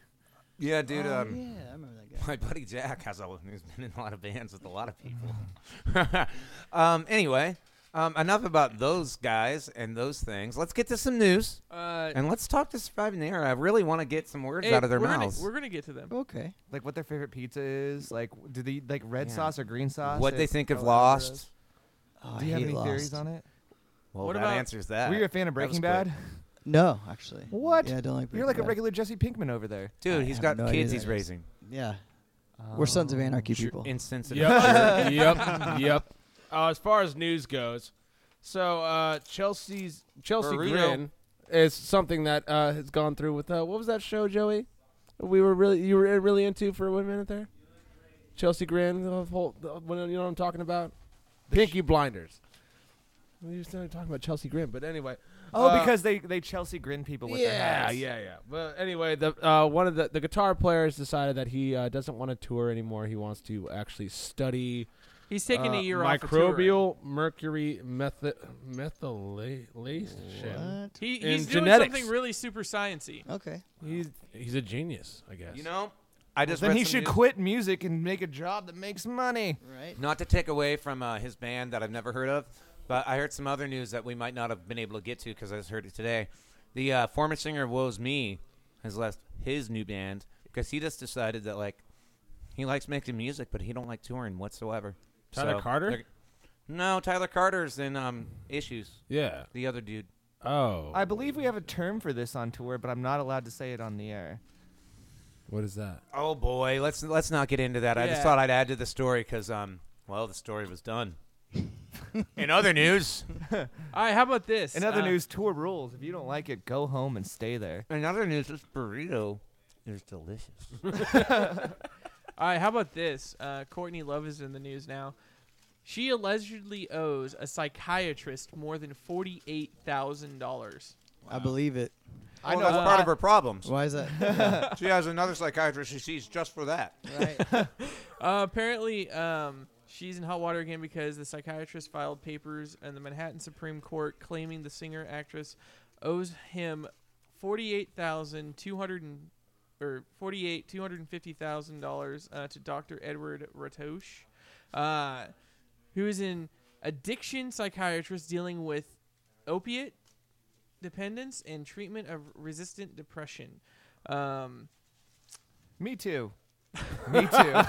S6: Yeah, dude.
S9: Oh,
S6: um,
S9: yeah, I remember that guy.
S6: My buddy Jack has a, he's been in a lot of bands with a lot of people. um, anyway, um, enough about those guys and those things. Let's get to some news
S4: Uh,
S6: and let's talk to Surviving the Era. I really want to get some words
S4: hey,
S6: out of their
S4: we're
S6: mouths.
S4: Gonna, we're gonna get to them.
S9: Okay.
S5: Like what their favorite pizza is. Like do they like red
S6: Yeah.
S5: sauce or green sauce?
S6: what they
S5: if
S6: think of
S5: Colorado
S6: Lost.
S5: Rose?
S9: Oh,
S5: Do you have any theories on it?
S6: Well,
S4: What
S6: that
S4: about-
S6: answers that.
S5: Were you a fan of
S6: Uh, That was
S5: Breaking Bad?
S6: quick.
S9: No, actually.
S5: What?
S9: Yeah, I don't like.
S5: You're like a
S9: Breaking
S5: regular Jesse Pinkman over there.
S6: Dude,
S9: I
S6: he's
S9: have
S6: got
S9: no idea
S6: kids
S9: that
S6: he's
S9: is.
S6: raising.
S9: Bad. Yeah, we're Sons of Anarchy people.
S6: Insensitive.
S7: Yep, yep, yep. Uh, as far as news goes, so uh, Chelsea's Chelsea
S6: Burrito.
S7: Grin is something that uh, has gone through with uh, what was that show, Joey? We were really you were really into for one minute there. Chelsea Grin, the whole the, when- you know what I'm talking about. Pinky Blinders. We were started talking about Chelsea Grin, but anyway.
S5: Oh,
S7: uh,
S5: because they they Chelsea grin people with their
S7: yeah,
S5: hats.
S7: yeah, yeah. But anyway, the uh, one of the the guitar players decided that he uh, doesn't want to tour anymore. He wants to actually study
S4: He's taking
S7: uh,
S4: a year off. of touring.
S7: microbial mercury methyl methylation.
S9: What?
S4: He,
S7: in
S4: he's doing
S7: genetics.
S4: something really super sciency.
S9: Okay.
S7: He's he's a genius, I guess.
S6: You know, I just
S5: Then
S6: read
S5: he
S6: some
S5: should
S6: news-
S5: quit music and make a job that makes money.
S9: Right.
S6: Not to take away from uh, his band that I've never heard of, but I heard some other news that we might not have been able to get to because I just heard it today. The uh, former singer of Woe's Me has left his new band because he just decided that like he likes making music, but he don't like touring whatsoever.
S7: Tyler Carter?
S6: they're- No, Tyler Carter's in um, issues.
S7: Yeah.
S6: The other dude.
S7: Oh.
S5: I believe we have a term for this on tour, but I'm not allowed to say it on the air.
S7: what is that?
S6: Oh boy, let's let's not get into that. I just
S4: Yeah.
S6: thought I'd add to the story because um, well, the story was done. in other news.
S4: All right, how about this?
S5: In other
S4: Uh,
S6: Uh,
S5: news, tour rules. If you don't like it, go home and stay there.
S6: In other news, this burrito It's delicious.
S4: All right, how about this? Uh, Courtney Love is in the news now. She allegedly owes a psychiatrist more than forty-eight thousand dollars.
S9: I believe it.
S6: I
S4: Well,
S6: know that's
S4: that's
S6: part
S4: why-
S6: of her problems.
S9: Why is that?
S6: She has another psychiatrist she sees just for that.
S9: right.
S4: Uh, apparently, um, she's in hot water again because the psychiatrist filed papers in the Manhattan Supreme Court claiming the singer actress owes him forty-eight thousand two hundred and or forty-eight two hundred and fifty thousand dollars uh, to Dr. Edward Ratoche, uh, who is an addiction psychiatrist dealing with opiate dependence and treatment of resistant depression. Um,
S5: Me too. Me too.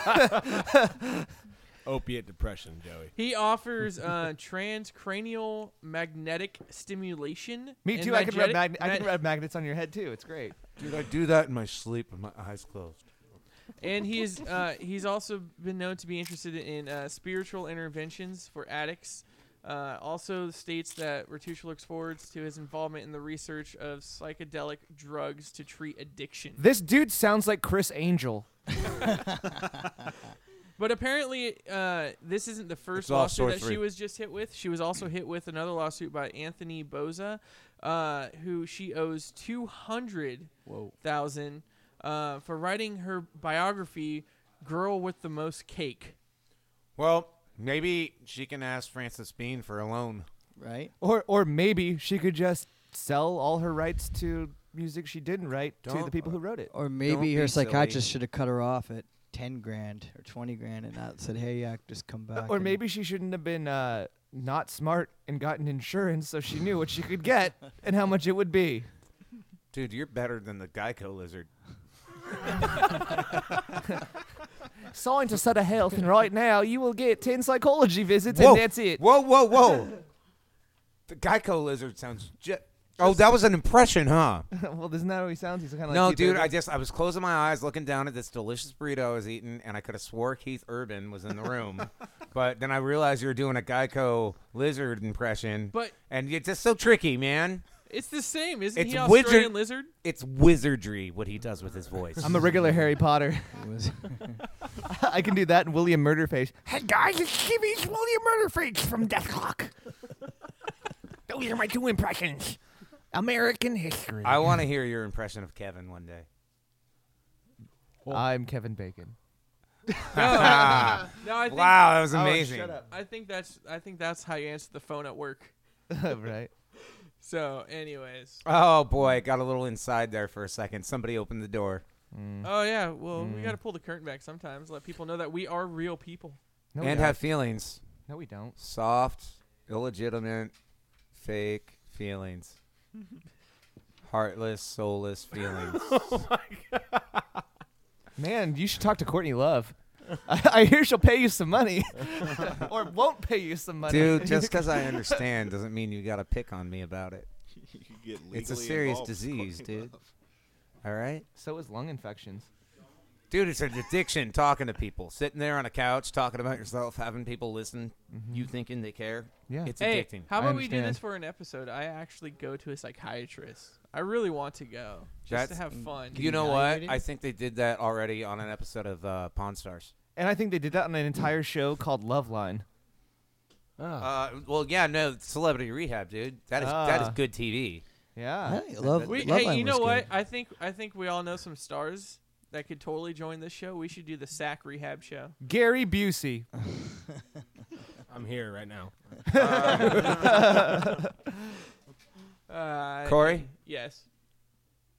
S7: Opiate depression, Joey.
S4: He offers uh, transcranial magnetic stimulation.
S5: Me
S4: and
S5: too. I can, rub
S4: magnetic-
S5: mag- I can
S4: ma-
S5: rub magnets on your head too. It's great.
S6: Dude, I do that in my sleep with my eyes closed.
S4: And he is, uh, he's also been known to be interested in uh, spiritual interventions for addicts. Uh, also states that Ratush looks forward to his involvement in the research of psychedelic drugs to treat addiction.
S5: This dude sounds like Chris Angel.
S4: But apparently, uh, this isn't the first
S6: It's all
S4: lawsuit that
S6: sorcery.
S4: she was just hit with. She was also hit with another lawsuit by Anthony Boza, uh, who she owes two hundred thousand uh, for writing her biography, "Girl with the Most Cake."
S6: Well, maybe she can ask Frances Bean for a loan.
S9: Right.
S5: Or or maybe she could just sell all her rights to music she didn't write to the
S6: Don't- uh,
S5: people who wrote it.
S9: Or
S6: Don't
S9: maybe
S6: be
S9: her
S6: silly.
S9: psychiatrist should have cut her off at ten grand or twenty grand and not said, "Hey, yeah, just come back."
S5: Or
S9: and-
S5: maybe she shouldn't have been uh, not smart and gotten insurance so she knew what she could get and how much it would be.
S6: Dude, you're better than the Geico lizard.
S5: Signed to Sutter Health, and right now you will get 10 psychology visits, and that's it.
S6: Whoa, whoa, whoa. the Geico lizard sounds ju- Oh, that was an impression, huh?
S5: well, isn't that how he sounds? He's kind of like
S6: no,
S5: Keith
S6: dude,
S5: Urban.
S6: I just I was closing my eyes looking down at this delicious burrito I was eating and I could have swore Keith Urban was in the room. but then I realized you were doing a Geico lizard impression.
S4: But-
S6: and it's just so tricky, man.
S4: It's the same, isn't
S6: It's
S4: he?
S6: wizard-
S4: Australian lizard.
S6: It's wizardry what he does with his voice.
S5: I'm a regular Harry Potter.
S9: It was-
S5: I can do that in William Murderface. Hey guys, it's Jimmy's William Murderface from Deathlock. Those are my two impressions. American history.
S6: I want to hear your impression of Kevin one day.
S5: I'm Kevin Bacon.
S4: No, I think
S6: Wow, that was
S10: Oh,
S6: amazing.
S4: I think that's I think that's how you answer the phone at work.
S5: right.
S4: So, anyways,
S6: Oh boy, got a little inside there for a second. Somebody opened the door. Mm.
S4: oh yeah, well we got to pull the curtain back sometimes, let people know that we are real people.
S5: No, we
S6: and
S5: don't.
S6: have feelings.
S5: no, we don't.
S6: Soft, illegitimate, fake feelings. Heartless, soulless feelings.
S5: Oh, Man, you should talk to Courtney Love. I, I hear she'll pay you some money, or won't pay you some money.
S6: Dude, just because I understand doesn't mean you got to pick on me about it.
S10: You could get
S6: It's a
S10: legally
S6: serious
S10: involved.
S6: disease, dude. All right?
S5: so is lung infections.
S6: Dude, it's an addiction talking to people. Sitting there on a couch talking about yourself, having people listen, you thinking they care.
S5: Mm-hmm. Yeah.
S6: It's
S4: Hey,
S6: addicting.
S4: how
S5: I
S4: about we do this
S5: understand.
S4: for an episode? I actually go to a psychiatrist. I really want to go just to
S6: That's-
S4: have fun.
S6: you know what?
S9: evaluated?
S6: I think they did that already on an episode of uh, Pawn Stars.
S5: And I think they did that on an entire show called Love Line. Oh.
S6: Uh, well, yeah, no, Celebrity Rehab, dude. That is that is
S5: Ah.
S6: good TV.
S5: Yeah.
S9: Hey, love,
S4: we,
S9: love
S4: hey, you
S9: Line was
S4: know what?
S9: good.
S4: I think I think we all know some stars that could totally join this show. We should do the sack rehab show.
S5: Gary Busey.
S7: I'm here right now.
S4: Uh,
S6: Corey,
S4: yes.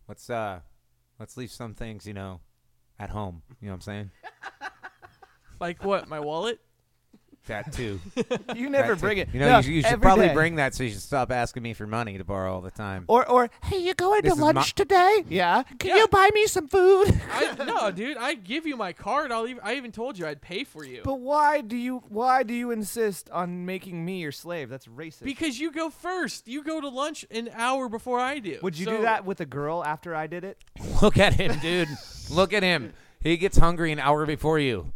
S6: let's uh, let's leave some things, you know, at home. You know what I'm saying?
S4: Like what? My wallet?
S6: That too.
S5: You never
S6: That too.
S5: bring it.
S6: You know,
S5: No,
S6: you, should- you should
S5: every
S6: probably
S5: day. Oh.
S6: bring that so you should stop asking me for money to borrow all the time.
S5: Or, or hey, you going
S6: This
S5: to
S6: is my-
S5: lunch today? Yeah. Can
S4: Yeah.
S5: you buy me some food?
S4: I, no, dude. I give you my card. I'll even. I even told you I'd pay for you
S5: but why do you why do you insist on making me your slave? That's racist.
S4: because you go first. You go to lunch an hour before I do.
S5: Would you
S4: So-
S5: do that with a girl after I did it?
S6: Look at him, dude. Look at him. He gets hungry an hour before you.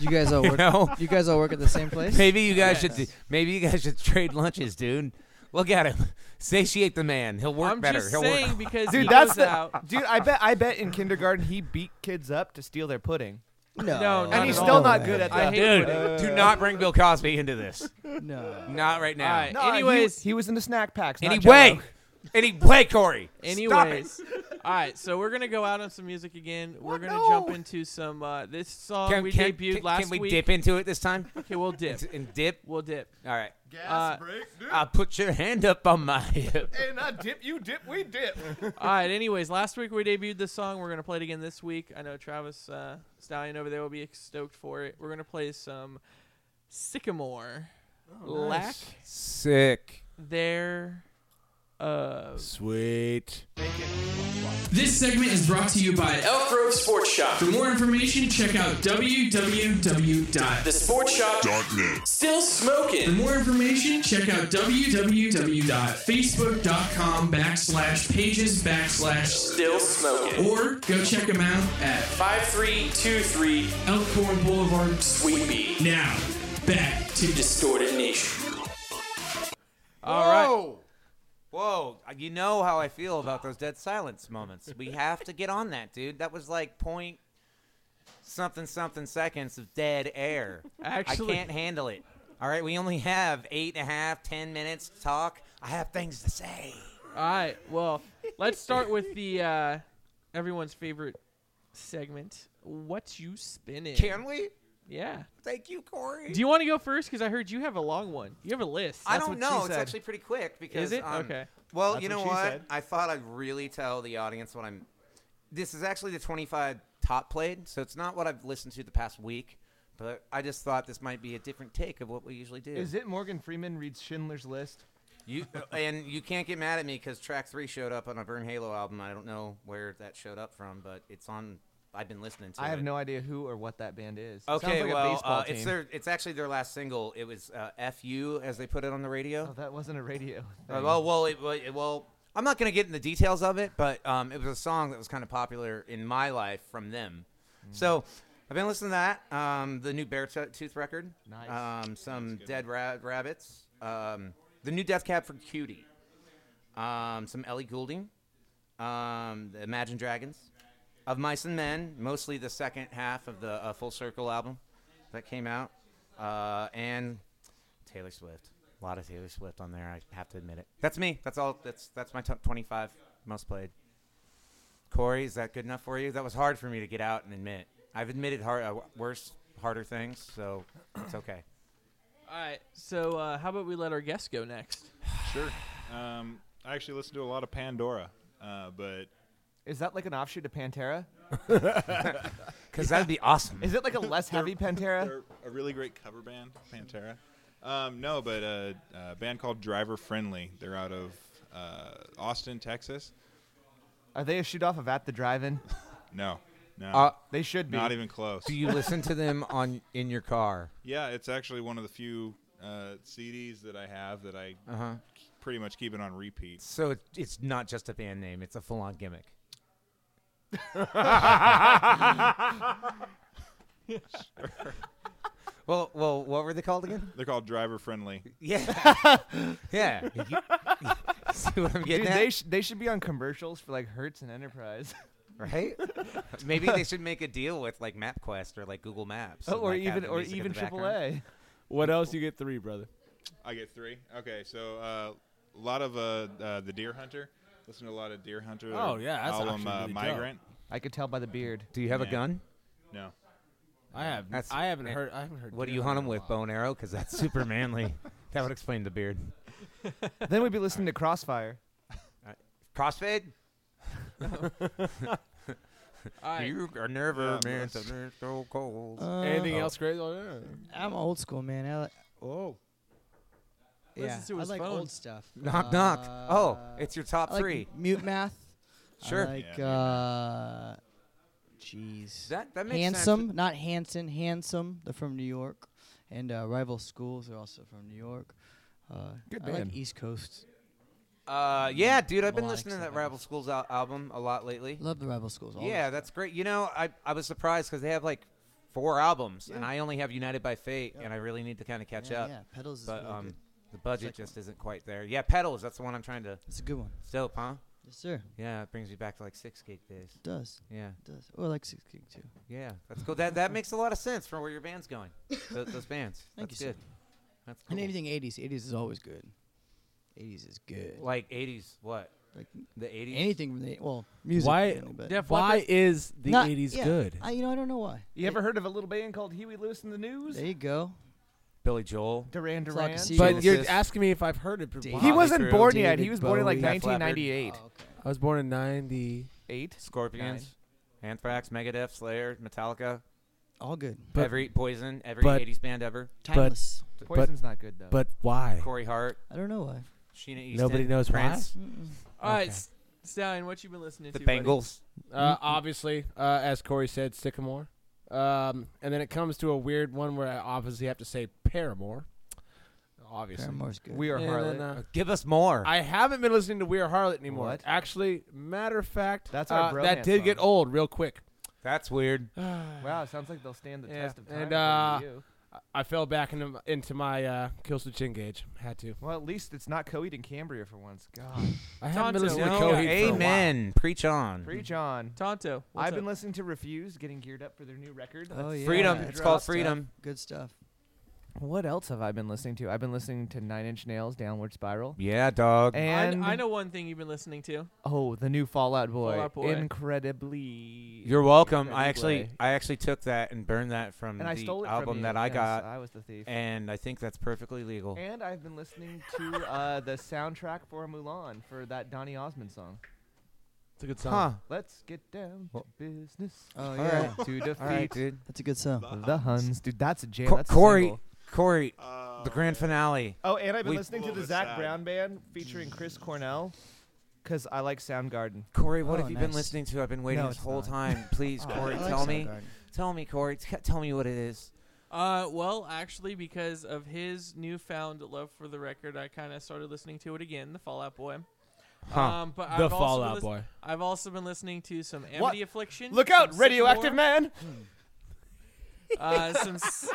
S9: You guys all work.
S6: know?
S9: You guys all work at the same place.
S6: Maybe you guys should. Maybe you guys should trade lunches, dude. Look at him. Satiate the man. He'll work
S4: I'm
S6: better.
S4: just
S6: He'll
S4: saying
S6: work.
S4: because he
S5: Dude, that's
S4: goes
S5: the
S4: out.
S5: dude. I bet. I bet in kindergarten he beat kids up to steal their pudding,
S9: No,
S4: No, not
S5: and he's
S4: at
S5: still
S4: all.
S5: not good at
S4: I
S5: that.
S4: hate
S6: Dude,
S4: pudding.
S6: do not bring Bill Cosby into this.
S9: No.
S6: Not right now.
S4: Alright.
S5: No, he-
S4: Anyways.
S5: he, was in the snack packs. not
S6: Anyway,
S5: Jell-O.
S6: anyway, Corey. Stop it.
S4: Anyways, all right. So we're gonna go out on some music again. We're gonna
S6: No.
S4: jump into some uh, this song we debuted
S6: can,
S4: last
S6: Can we
S4: week.
S6: dip into it this time?
S4: Okay, we'll dip.
S6: And dip.
S4: We'll dip.
S6: All right.
S10: Gas
S4: Uh,
S10: break, dude.
S6: I put your hand up on my hip.
S8: And I dip, you dip, we dip.
S4: All right. Anyways, last week we debuted this song. We're gonna play it again this week. I know Travis uh, Stallion over there will be stoked for it. We're gonna play some Sycamore.
S6: Oh,
S4: Lack
S6: Sick.
S4: there. Uh,
S7: Sweet.
S1: This segment is brought to you by Elk.
S3: Elk Grove Sports Shop.
S1: For more information, check out www.
S3: The sports shop. Still
S1: For
S3: smoking.
S1: more information, check out www.facebook.com backslash pages backslash
S3: Still smoking.
S1: or go check them out at
S3: 5323
S1: Elkhorn Boulevard.
S3: Sweet Bee.
S1: Now, back to
S3: Distorted Nation.
S4: all right.
S6: Whoa. You know how I feel about those dead silence moments. We have to get on that, dude. That was like point something something seconds of dead air.
S4: Actually-
S6: I can't handle it. All right, we only have eight and a half, ten minutes to talk. I have things to say.
S4: All right. Well, let's start with the uh, everyone's favorite segment. What you spinning?
S6: Can we?
S4: yeah.
S6: Thank you, Corey.
S4: Do you want to go first? Because I heard you have a long one. You have a list.
S6: I
S4: That's
S6: don't
S4: what she
S6: know. It's
S4: said.
S6: actually pretty quick because
S4: it?
S6: um,
S4: Okay.
S6: Well,
S8: That's
S6: you
S8: what
S6: know
S8: she
S6: what?
S8: said.
S6: I thought I'd really tell the audience what I'm. This is actually the 25 top played, so it's not what I've listened to the past week. But I just thought this might be a different take of what we usually do.
S5: Is it Morgan Freeman reads Schindler's List?
S6: You and you can't get mad at me because track three showed up on a Burn Halo album. I don't know where that showed up from, but it's on. I've been listening to.
S5: I have
S6: it.
S5: no idea who or what that band is. It sounds
S6: Okay,
S5: like a
S6: well,
S5: baseball
S6: uh, it's
S5: team.
S6: their. It's actually their last single. It was uh, "Fu" as they put it on the radio.
S5: Oh, that wasn't a radio.
S6: Uh,
S5: thing.
S6: well, well, it, well, it- well, I'm not going to get in the details of it, but um, it was a song that was kind of popular in my life from them. So I've been listening to that, um, the new Bear Tooth- Tooth record,
S5: Nice.
S6: um, some Dead Ra- Rabbits, um, the new Death Cab for Cutie, um, some Ellie Goulding, um, the Imagine Dragons, Of Mice and Men, mostly the second half of the uh, Full Circle album that came out, uh, and Taylor Swift. A lot of Taylor Swift on there. I have to admit it. That's me. That's all. That's that's my top 25 most played. Corey, is that good enough for you? That was hard for me to get out and admit. I've admitted hard, uh, worse, harder things, so it's okay.
S4: All right. So uh, how about we let our guest go next?
S10: Sure. Um, I actually listen to a lot of Pandora, uh, but
S5: is that like an offshoot of Pantera?
S6: Because that'd be awesome.
S5: Is it like a less heavy Pantera?
S10: they're a really great cover band, Pantera. Um, no, but a, a band called Driver Friendly. They're out of uh, Austin, Texas.
S5: Are they a shoot off of At the Drive-In?
S10: No, no,
S6: Uh,
S5: They should be.
S10: not even close.
S6: do you listen to them on in your car?
S10: Yeah, it's actually one of the few uh, CDs that I have that I pretty much keep it on repeat.
S6: Uh-huh. So it, it's not just a band name; it's a full-on gimmick. well, well, what were they called again?
S10: They're called Driver Friendly.
S6: Yeah, yeah. See what I'm getting
S5: Dude,
S6: at?
S5: they, sh- they should be on commercials for like Hertz and Enterprise,
S6: right? Maybe they should make a deal with like MapQuest or like Google Maps, and,
S5: Oh, or
S6: like, have
S5: even
S6: the
S5: or
S6: music in
S5: even
S6: the background.
S5: AAA.
S7: What else you get three, brother?
S10: I get three. Okay, so uh, a lot of uh, uh, the Deer Hunter. Listen to a lot of Deer Hunter. their
S7: Oh, yeah, that's
S10: album
S7: actually
S10: uh,
S7: really dope.
S10: Migrant.
S5: I could tell by the beard.
S6: Do you have a
S10: Yeah.
S6: gun?
S10: No,
S7: I have.
S6: That's-
S7: I haven't
S6: eh,
S7: heard. I haven't heard.
S6: What do
S7: Deer
S6: you hunt them
S7: in a
S6: with?
S7: while.
S6: Bone arrow? Because that's super manly. that would explain the beard.
S5: then we'd be listening to Crossfire.
S6: Crossfade?
S4: All right.
S6: You are never
S10: Yeah,
S6: meant
S10: that's-
S6: to be so cold.
S9: Uh,
S7: Uh, Anything else great? Oh, yeah.
S9: I'm old school, man. I, li-
S8: Oh,
S9: yeah,
S4: to
S9: I
S4: his
S9: like
S4: phone.
S9: old stuff. Uh,
S6: knock, knock. Oh, it's your top
S9: I like
S6: three.
S9: Mute math.
S6: Sure.
S9: I like,
S10: Yeah.
S9: uh, jeez.
S6: That that makes
S9: Handsome, not Hanson. Handsome. They're from New York, and uh, rival schools are also from New York. Uh,
S5: Good
S9: I like
S5: band.
S9: East Coast.
S6: sense. Uh, yeah, dude, I've been
S9: Melodic
S6: listening to
S9: stuff,
S6: that
S9: I
S6: Rival Schools al- album a lot lately.
S9: Love the rival schools. All
S6: Yeah,
S9: of them.
S6: that's great. You know, I I was surprised because they have like four albums, and I only have United by Fate, and I really need to kind of catch
S9: yeah,
S6: up.
S9: yeah. Pedals is
S6: But
S9: really
S6: um,
S9: good.
S6: The budget just isn't quite there. Yeah, pedals. That's the one I'm trying to.
S9: It's a good one.
S6: It's dope, huh?
S9: Yes, sir.
S6: Yeah, it brings me back to like six gig days.
S9: It does.
S6: Yeah.
S9: It does. Or like six gig too.
S6: Yeah, that's cool. That that makes a lot of sense for where your band's going. Those, those bands.
S9: Thank
S6: that's
S9: you, sir.
S6: good. That's cool.
S9: And anything 80s. 80s is always good. 80s is good.
S6: like 80s. What?
S9: Like
S6: The 80s.
S9: anything from the well, music.
S7: Why?
S9: mainly, but
S4: Def
S7: Why
S4: Leppard?
S7: is the
S9: Not-
S7: '80s
S9: yeah,
S7: good?
S9: I, you know, I don't know why.
S5: You ever heard of a little band called Huey Lewis in the News?
S9: There you go.
S6: Billy Joel.
S5: Duran
S9: It's like a
S5: Duran.
S9: secret.
S7: but you're
S6: Genesis.
S7: asking me if I've heard it. before.
S5: He
S6: Wow.
S5: wasn't
S6: David
S5: born
S9: Bowie.
S5: yet. He was born in like
S9: Def
S6: Leppard.
S5: 1998.
S9: Oh, okay.
S7: I was born in '90,
S5: Eight.
S6: Scorpions. Anthrax, Megadeth, Slayer, Metallica.
S9: All good.
S7: But-
S6: every Poison. Every
S7: but-
S6: 80s band ever.
S9: Timeless.
S5: Poison's not good though.
S7: but why?
S6: Corey Hart.
S9: I don't know why.
S6: Sheena Easton.
S7: Nobody knows why?
S6: Prince,
S4: All right,
S7: Okay.
S4: S- Stallion, what you been listening
S6: The
S4: to? buddy?
S6: Bengals.
S7: Uh, obviously, uh, as Corey said, Sycamore. Um, and then it comes to a weird one where I obviously have to say Paramore. Obviously.
S9: Paramore's good.
S5: we are
S7: And
S5: Harlot.
S7: then, uh,
S6: Give us more.
S7: I haven't been listening to We Are Harlot anymore.
S5: What?
S7: Actually, matter of fact,
S5: That's our
S7: uh, that
S5: bromance
S7: did get
S5: song.
S7: old real quick.
S6: That's weird.
S5: wow, sounds like they'll stand the
S7: Yeah,
S5: test of time.
S7: and,
S5: according to you.
S7: I- I fell back into m- into my uh, kill switch engage. Had to.
S5: well, at least it's not Coed and Cambria for once. God,
S7: I haven't been
S4: Tonto,
S7: listening to
S4: what you
S7: Coheed for
S4: got?
S7: a while.
S6: Amen. Preach on.
S5: preach on.
S4: Tonto. What's
S5: I've been
S4: up?
S5: listening to Refused, getting geared up for their new record.
S9: Oh,
S5: That's
S9: yeah.
S6: Freedom.
S5: about to
S6: It's
S5: drop.
S6: called
S9: Stuff.
S6: Freedom.
S9: Good stuff.
S5: What else have I been listening to? I've been listening to Nine Inch Nails, Downward Spiral,
S6: Yeah, dog.
S4: I,
S5: and
S4: I know one thing you've been listening to.
S5: oh, the new Fallout Boy,
S4: Fall Out Boy.
S5: incredibly.
S6: You're welcome. I
S5: Incredibly.
S6: actually, I actually took that and burned that from
S5: and
S6: the
S5: I stole it
S6: album
S5: from you.
S6: that I
S5: Yes,
S6: got,
S5: I was the thief.
S6: and I think that's perfectly legal.
S5: And I've been listening to uh, the soundtrack for Mulan for that Donny Osmond song.
S7: It's a good song.
S6: Huh?
S5: Let's get down to
S6: Well-
S5: business.
S9: Oh
S6: All
S9: yeah.
S6: right.
S5: To
S6: All
S5: defeat
S6: right, dude.
S9: That's a good song.
S5: the Huns, dude. That's a jam.
S6: Co-
S5: that's a
S6: Corey,
S5: single.
S6: Corey,
S10: Oh,
S6: the grand finale.
S5: Oh, and I've been
S6: We-
S5: listening to
S10: Little
S5: the
S10: bit
S5: Zach
S10: sad.
S5: Brown band featuring Chris Cornell, because I like Soundgarden.
S6: Corey, what
S9: Oh,
S6: have you been
S9: nice.
S6: listening to? I've been waiting
S9: No,
S6: this
S9: it's
S6: whole
S9: not.
S6: time. Please,
S5: Oh,
S6: Corey,
S9: I like
S6: tell me.
S9: Soundgarden.
S6: Tell me, Corey. T- tell me what it is.
S4: Uh, well, actually, because of his newfound love for the record, I kind of started listening to it again, the Fallout Boy.
S6: Huh.
S4: Um, but
S7: the
S4: I've also been
S7: Fallout
S4: lis-
S7: Boy.
S4: I've also been listening to some Amity
S5: What?
S4: Affliction.
S5: Look out,
S4: some
S5: radioactive
S4: Sycamore,
S5: man!
S4: Uh, some s-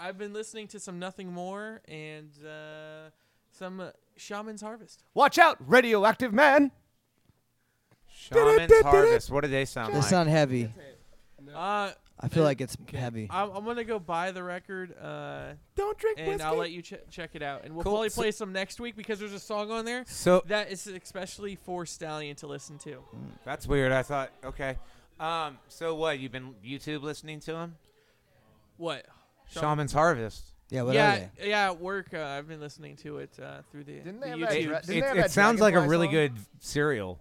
S4: I've been listening to some Nothing More and uh, some uh, Shaman's Harvest.
S5: Watch out, radioactive man!
S6: Shaman's Harvest. What do they sound
S9: They
S6: like?
S9: sound heavy.
S4: Uh,
S9: I feel like it's heavy.
S4: I'm, I'm gonna go buy the record. Uh,
S7: Don't drink
S4: and I'll let you ch- check it out. And we'll
S6: Cool.
S4: probably
S6: So-
S4: play some next week because there's a song on there
S6: so
S4: that is especially for Stallion to listen to.
S6: that's weird. I thought, okay. Um, so what? You've been YouTube listening to him?
S4: What?
S6: Shaman's Harvest.
S9: Yeah. What are
S4: yeah,
S9: they?
S4: yeah. At work, uh, I've been listening to it uh, through the,
S5: Didn't
S4: the
S5: they have
S4: YouTube.
S5: that dra- Didn't
S6: it,
S5: they have
S6: it
S5: that
S6: sounds like a
S5: Dragonfly
S6: really
S5: song?
S6: good cereal,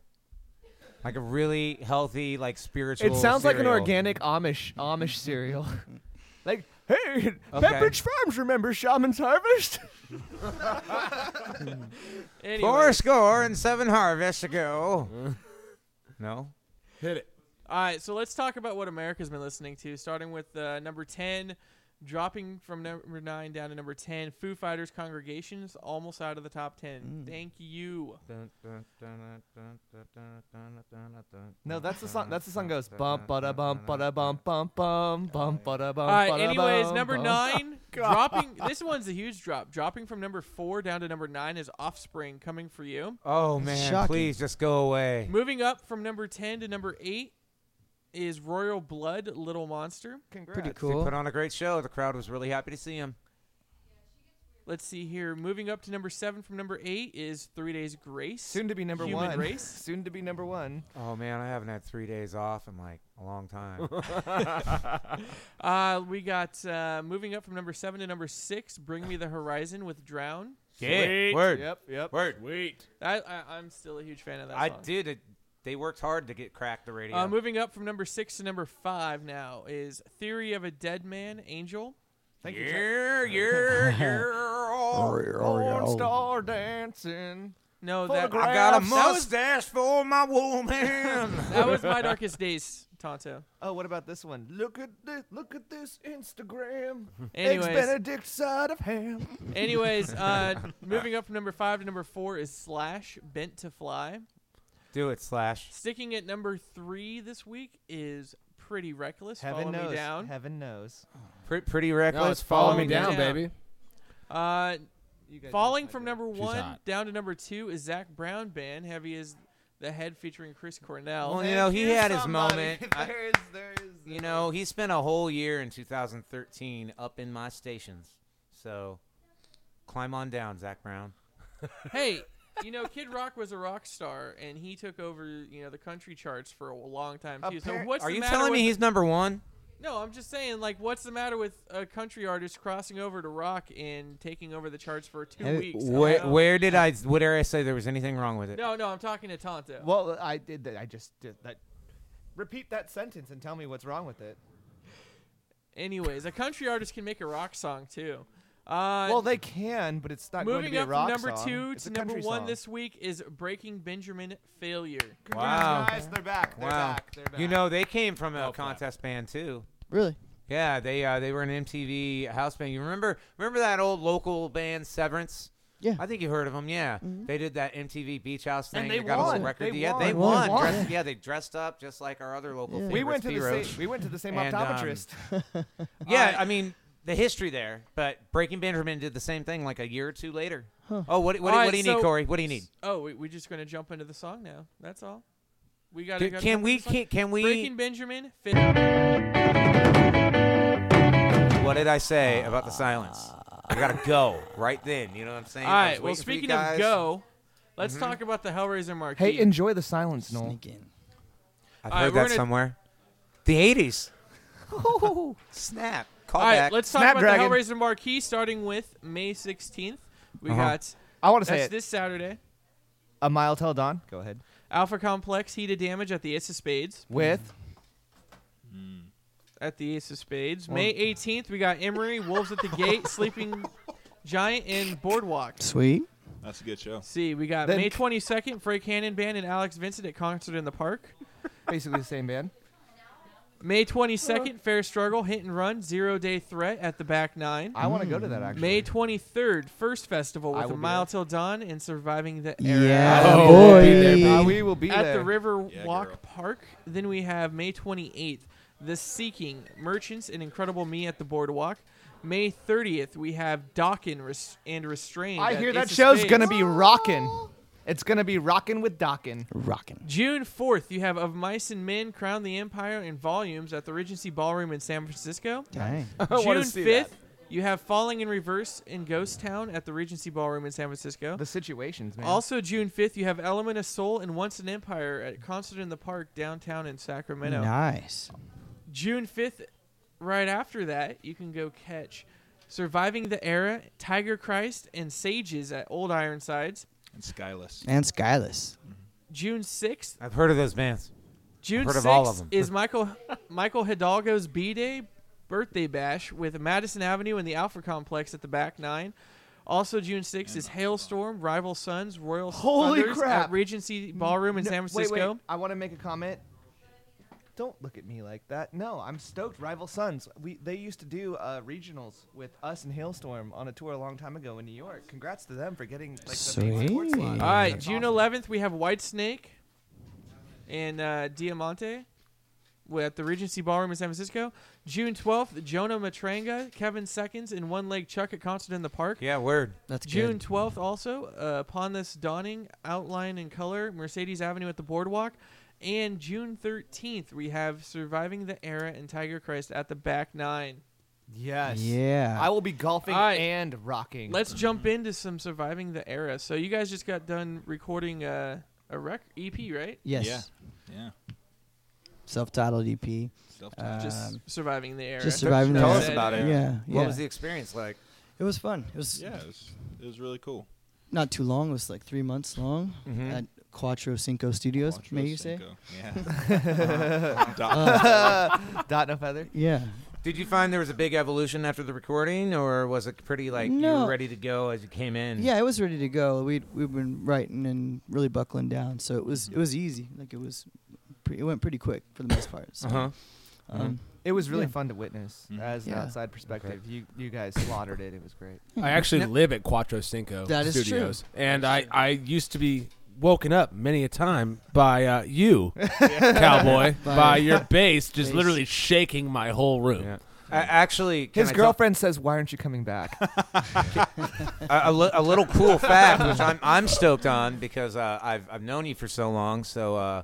S6: like a really healthy, like spiritual.
S5: It sounds like an
S6: cereal.
S5: organic Amish Amish cereal. like, hey,
S6: Okay.
S5: Pepperidge Farms remembers Shaman's Harvest?
S4: Anyway,
S6: Four score and seven harvests ago. no,
S7: Hit it.
S4: All right, so let's talk about what America's been listening to, starting with uh, number 10, dropping from number 9 down to number 10. Foo Fighters Congregations, almost out of the top
S5: Mm.
S4: 10. Thank you.
S5: No, that's the song. That's the song goes bump, bada bump, bada bump, bump, bump, bump, bada bump.
S4: All right,
S5: bada
S4: anyways,
S5: bum, Oh,
S4: number
S5: bum.
S4: 9, dropping. This one's a huge drop. Dropping from number 4 down to number 9 is Offspring coming for you.
S6: Oh man,
S9: Shocking.
S6: please just go away.
S4: Moving up from number 10 to number 8 is Royal Blood Little Monster.
S5: Congrats.
S9: Pretty
S6: He
S9: cool.
S6: put on a great show. The crowd was really happy to see him.
S4: Let's see here. Moving up to number 7 from number 8 is 3 Days Grace.
S5: Soon to be number
S4: Human
S5: one.
S4: race?
S5: Soon to be number one.
S6: Oh man, I haven't had three days off in like a long time.
S4: Uh, we got uh, moving up from number seven to number six. Bring me the horizon with drown.
S6: yeah, word,
S5: Yep, yep.
S6: word.
S7: Wait.
S4: I, I I'm still a huge fan of that
S6: I
S4: song.
S6: did. It, they worked hard to get cracked the radio.
S4: Uh, moving up from number six to number five now is Theory of a Dead Man, Angel.
S5: Thank you. Jack.
S6: yeah, yeah, Oh, yeah.
S5: Porn star dancing.
S4: No,
S5: Full
S4: that
S5: of gra-
S6: I got a
S5: Perhaps that was-
S6: mustache for my woman.
S4: that was my darkest days, Tonto.
S5: Oh, what about this one? Look at this. Look at this Instagram. Eggs
S4: Anyways,
S5: Benedict side of ham.
S4: anyways, uh, moving up from number five to number four is Slash Bent to Fly.
S6: Do it, Slash.
S4: Sticking at number three this week is Pretty Reckless. Follow
S5: Heaven
S4: me
S5: knows.
S4: down.
S5: Heaven knows.
S6: pretty reckless.
S7: Follow
S4: Follow
S7: me
S4: Me
S7: down,
S4: Down.
S7: baby.
S4: Uh,
S5: guys
S4: Falling from number
S7: She's
S4: one
S7: hot.
S4: down to number two is Zach Brown Band. Heavy is the head featuring Chris Cornell.
S6: Well, you know, he had his
S5: somebody.
S6: moment. I-
S5: There's, there's,
S6: you know, he spent a whole year in 2013 up in my stations. So climb on down, Zach Brown.
S4: hey, you know, Kid Rock was a rock star, and he took over, you know, the country charts for a long time too. so
S5: Appar-
S4: what's
S6: Are
S4: the
S6: you
S4: matter
S6: telling
S4: with
S6: me he's number one?
S4: No, I'm just saying, like, what's the matter with a country artist crossing over to rock and taking over the charts for two weeks? I don't
S6: Where,
S4: know.
S6: where did I? Where did I say there was anything wrong with it?
S4: No, no, I'm talking to Tonto.
S5: Well, I did that. I just did that. Repeat that sentence and tell me what's wrong with it.
S4: Anyways, a country artist can make a rock song too. Uh,
S5: Well, they can, but it's not going to
S4: moving
S5: be a
S4: up from
S5: rock
S4: number
S5: song.
S4: two
S5: It's
S4: to
S5: a
S4: number
S5: country
S4: one
S5: song.
S4: this week is "Breaking Benjamin Failure."
S6: Wow.
S5: Guys, they're back. They're
S6: Wow.
S5: back. They're back.
S6: You know, they came from a contest band too.
S9: Really?
S6: Yeah, they uh, they were an MTV house band. You remember remember that old local band Severance?
S9: Yeah. Mm-hmm.
S6: I think you heard of them. Yeah, they did that MTV Beach House thing.
S5: And they
S6: got a whole
S5: won.
S6: record
S5: They
S6: deal.
S5: won.
S6: They
S5: They
S6: won.
S5: won.
S6: Dressed- yeah, they dressed up just like our other local.
S9: Yeah.
S5: we went to
S6: favorites,
S5: the
S6: P.
S5: same.
S6: Roach.
S5: We went to the same
S6: And, um,
S5: optometrist.
S6: Yeah, I mean the history there, but Breaking Benjamin did the same thing like a year or two later. Oh, what what,
S4: All
S6: what do you
S4: right,
S6: need,
S4: so-
S6: Corey? What do you need?
S4: Oh, we, we're just gonna jump into the song now. That's all. We got.
S6: Can, can we can, can we?
S4: Breaking Benjamin. Failure.
S6: What did I say about the silence? I gotta go right then. You know what I'm saying?
S4: All
S6: I was
S4: right. Well,
S6: waiting for you
S4: speaking of
S6: guys.
S4: go, let's talk about the Hellraiser marquee.
S5: Mm-hmm. hey, enjoy the silence, Noel.
S9: Sneak in.
S6: I've
S4: All right,
S6: heard
S4: we're
S6: that
S4: gonna-
S6: somewhere. The 80s. Oh, Snap. Call
S4: All right,
S6: back.
S4: let's talk
S5: Snapdragon.
S4: about the Hellraiser marquee, starting with May 16th. We
S6: Uh-huh.
S4: got
S5: I want to say
S4: that's
S5: it.
S4: this Saturday.
S5: a mile till dawn. Go ahead.
S4: Alpha Complex Heat of Damage at the Ace of Spades.
S5: With
S4: At the Ace of Spades. May 18th, we got Emery, Wolves at the Gate, Sleeping Giant, and Boardwalk.
S9: Sweet.
S10: That's a good show.
S4: See, we got
S5: Then-
S4: May 22nd, Frank Cannon Band and Alex Vincent at Concert in the Park.
S5: basically the same band.
S4: May 22nd, Fair Struggle, Hit and Run, Zero Day Threat at the Back Nine.
S5: I want to go to that actually.
S4: May 23rd, First Festival
S5: I
S4: with
S5: will
S4: A
S5: be
S4: Mile
S5: there.
S4: Till Dawn and Surviving the Era.
S9: Yeah,
S7: Oh,
S9: boy.
S7: be there, baby.
S5: Uh, we will be
S4: at
S5: there.
S4: the River
S10: Yeah,
S4: Walk
S10: girl.
S4: Park. Then we have May 28th, The Seeking, Merchants and Incredible Me at the Boardwalk. May 30th, we have Dawkin res- and Restrained.
S5: I
S4: at
S5: hear that
S4: Ace of
S5: show's
S4: Spades.
S5: gonna be rocking. It's gonna be rocking with docking.
S9: Rockin'.
S4: June 4th, you have Of Mice and Men, Crown the Empire, and Volumes at the Regency Ballroom in San Francisco.
S9: Dang.
S4: June
S5: wanna see that.
S4: 5th, you have Falling in Reverse in Ghost Town at the Regency Ballroom in San Francisco.
S5: The situations, man.
S4: Also, June 5th, you have Element of Soul and Once an Empire at Concert in the Park downtown in Sacramento.
S9: Nice.
S4: June 5th, right after that, you can go catch Surviving the Era, Tiger Christ, and Sages at Old Ironsides.
S10: And Skyless.
S9: And Skyless.
S4: June 6th,
S6: I've heard of those bands.
S4: June 6th
S6: heard of all of them.
S4: is Michael Michael Hidalgo's B Day birthday bash with Madison Avenue and the Alpha Complex at the back nine. Also, June 6th is Hailstorm, Rival Sons, Royal
S5: Holy
S4: Thunders
S5: crap.
S4: at Regency Ballroom in
S5: No,
S4: San Francisco.
S5: Wait, wait. I want to make a comment. Don't look at me like that. No, I'm stoked. Rival Sons. We they used to do uh, regionals with us and Hailstorm on a tour a long time ago in New York. Congrats to them for getting like the main support slot.
S9: Sweet.
S4: All right,
S5: That's
S4: June
S5: awesome.
S4: 11th, we have White Snake and uh, Diamante wi- at the Regency Ballroom in San Francisco. June 12th, Jonah Matranga, Kevin Seconds, and One Leg Chuck at Concert in the Park.
S6: Yeah, word.
S9: That's
S4: June
S9: good.
S4: 12th, also, uh, Upon This Dawning, Outline and Color, Mercedes Avenue at the Boardwalk. And June 13th, we have Surviving the Era and Tiger Christ at the back nine.
S5: Yes.
S9: Yeah.
S5: I will be golfing
S4: All right.
S5: and rocking.
S4: Let's jump into some Surviving the Era. So, you guys just got done recording uh, a rec- EP, right?
S9: Yes.
S10: Yeah. Yeah.
S9: Self-titled EP.
S10: Self-taught.
S4: just
S9: Um,
S4: surviving the era.
S9: just surviving.
S6: Tell
S9: the
S6: us
S9: era.
S6: about it.
S9: Yeah. yeah.
S6: What was the experience like?
S9: It was fun. It was
S10: yeah, it was, it was really cool.
S9: not too long. It was like three months long at Quattro Cinco Studios.
S10: Quattro
S9: may you say?
S10: Cinco. Yeah. Uh. Doc-
S5: Dot no feather.
S9: Yeah.
S6: Did you find there was a big evolution after the recording, or was it pretty like you
S9: No.
S6: were ready to go as you came in?
S9: Yeah, it was ready to go. We we've been writing and really buckling down, so it
S6: Mm-hmm.
S9: was it was easy. Like it was, pre- it went pretty quick for the most part. So,
S6: Uh huh. Mm-hmm.
S9: um,
S5: It was really
S9: Yeah.
S5: fun to witness
S10: Mhm.
S5: as an
S9: Yeah.
S5: outside perspective. You you guys slaughtered it. It was great.
S7: I actually live at Quattro Cinco
S9: Mm-hmm. That is true.
S7: Studios, and I, I used to be woken up many a time by uh, you, cowboy, by,
S9: By-
S7: your bass just
S9: Bass.
S7: literally shaking my whole room.
S6: Yeah. A- actually, can
S5: His
S6: I tell-
S5: girlfriend says, "Why aren't you coming back?"
S6: a, a, li- a little cool fact, which I'm, I'm stoked on because uh, I've, I've known you for so long. So uh,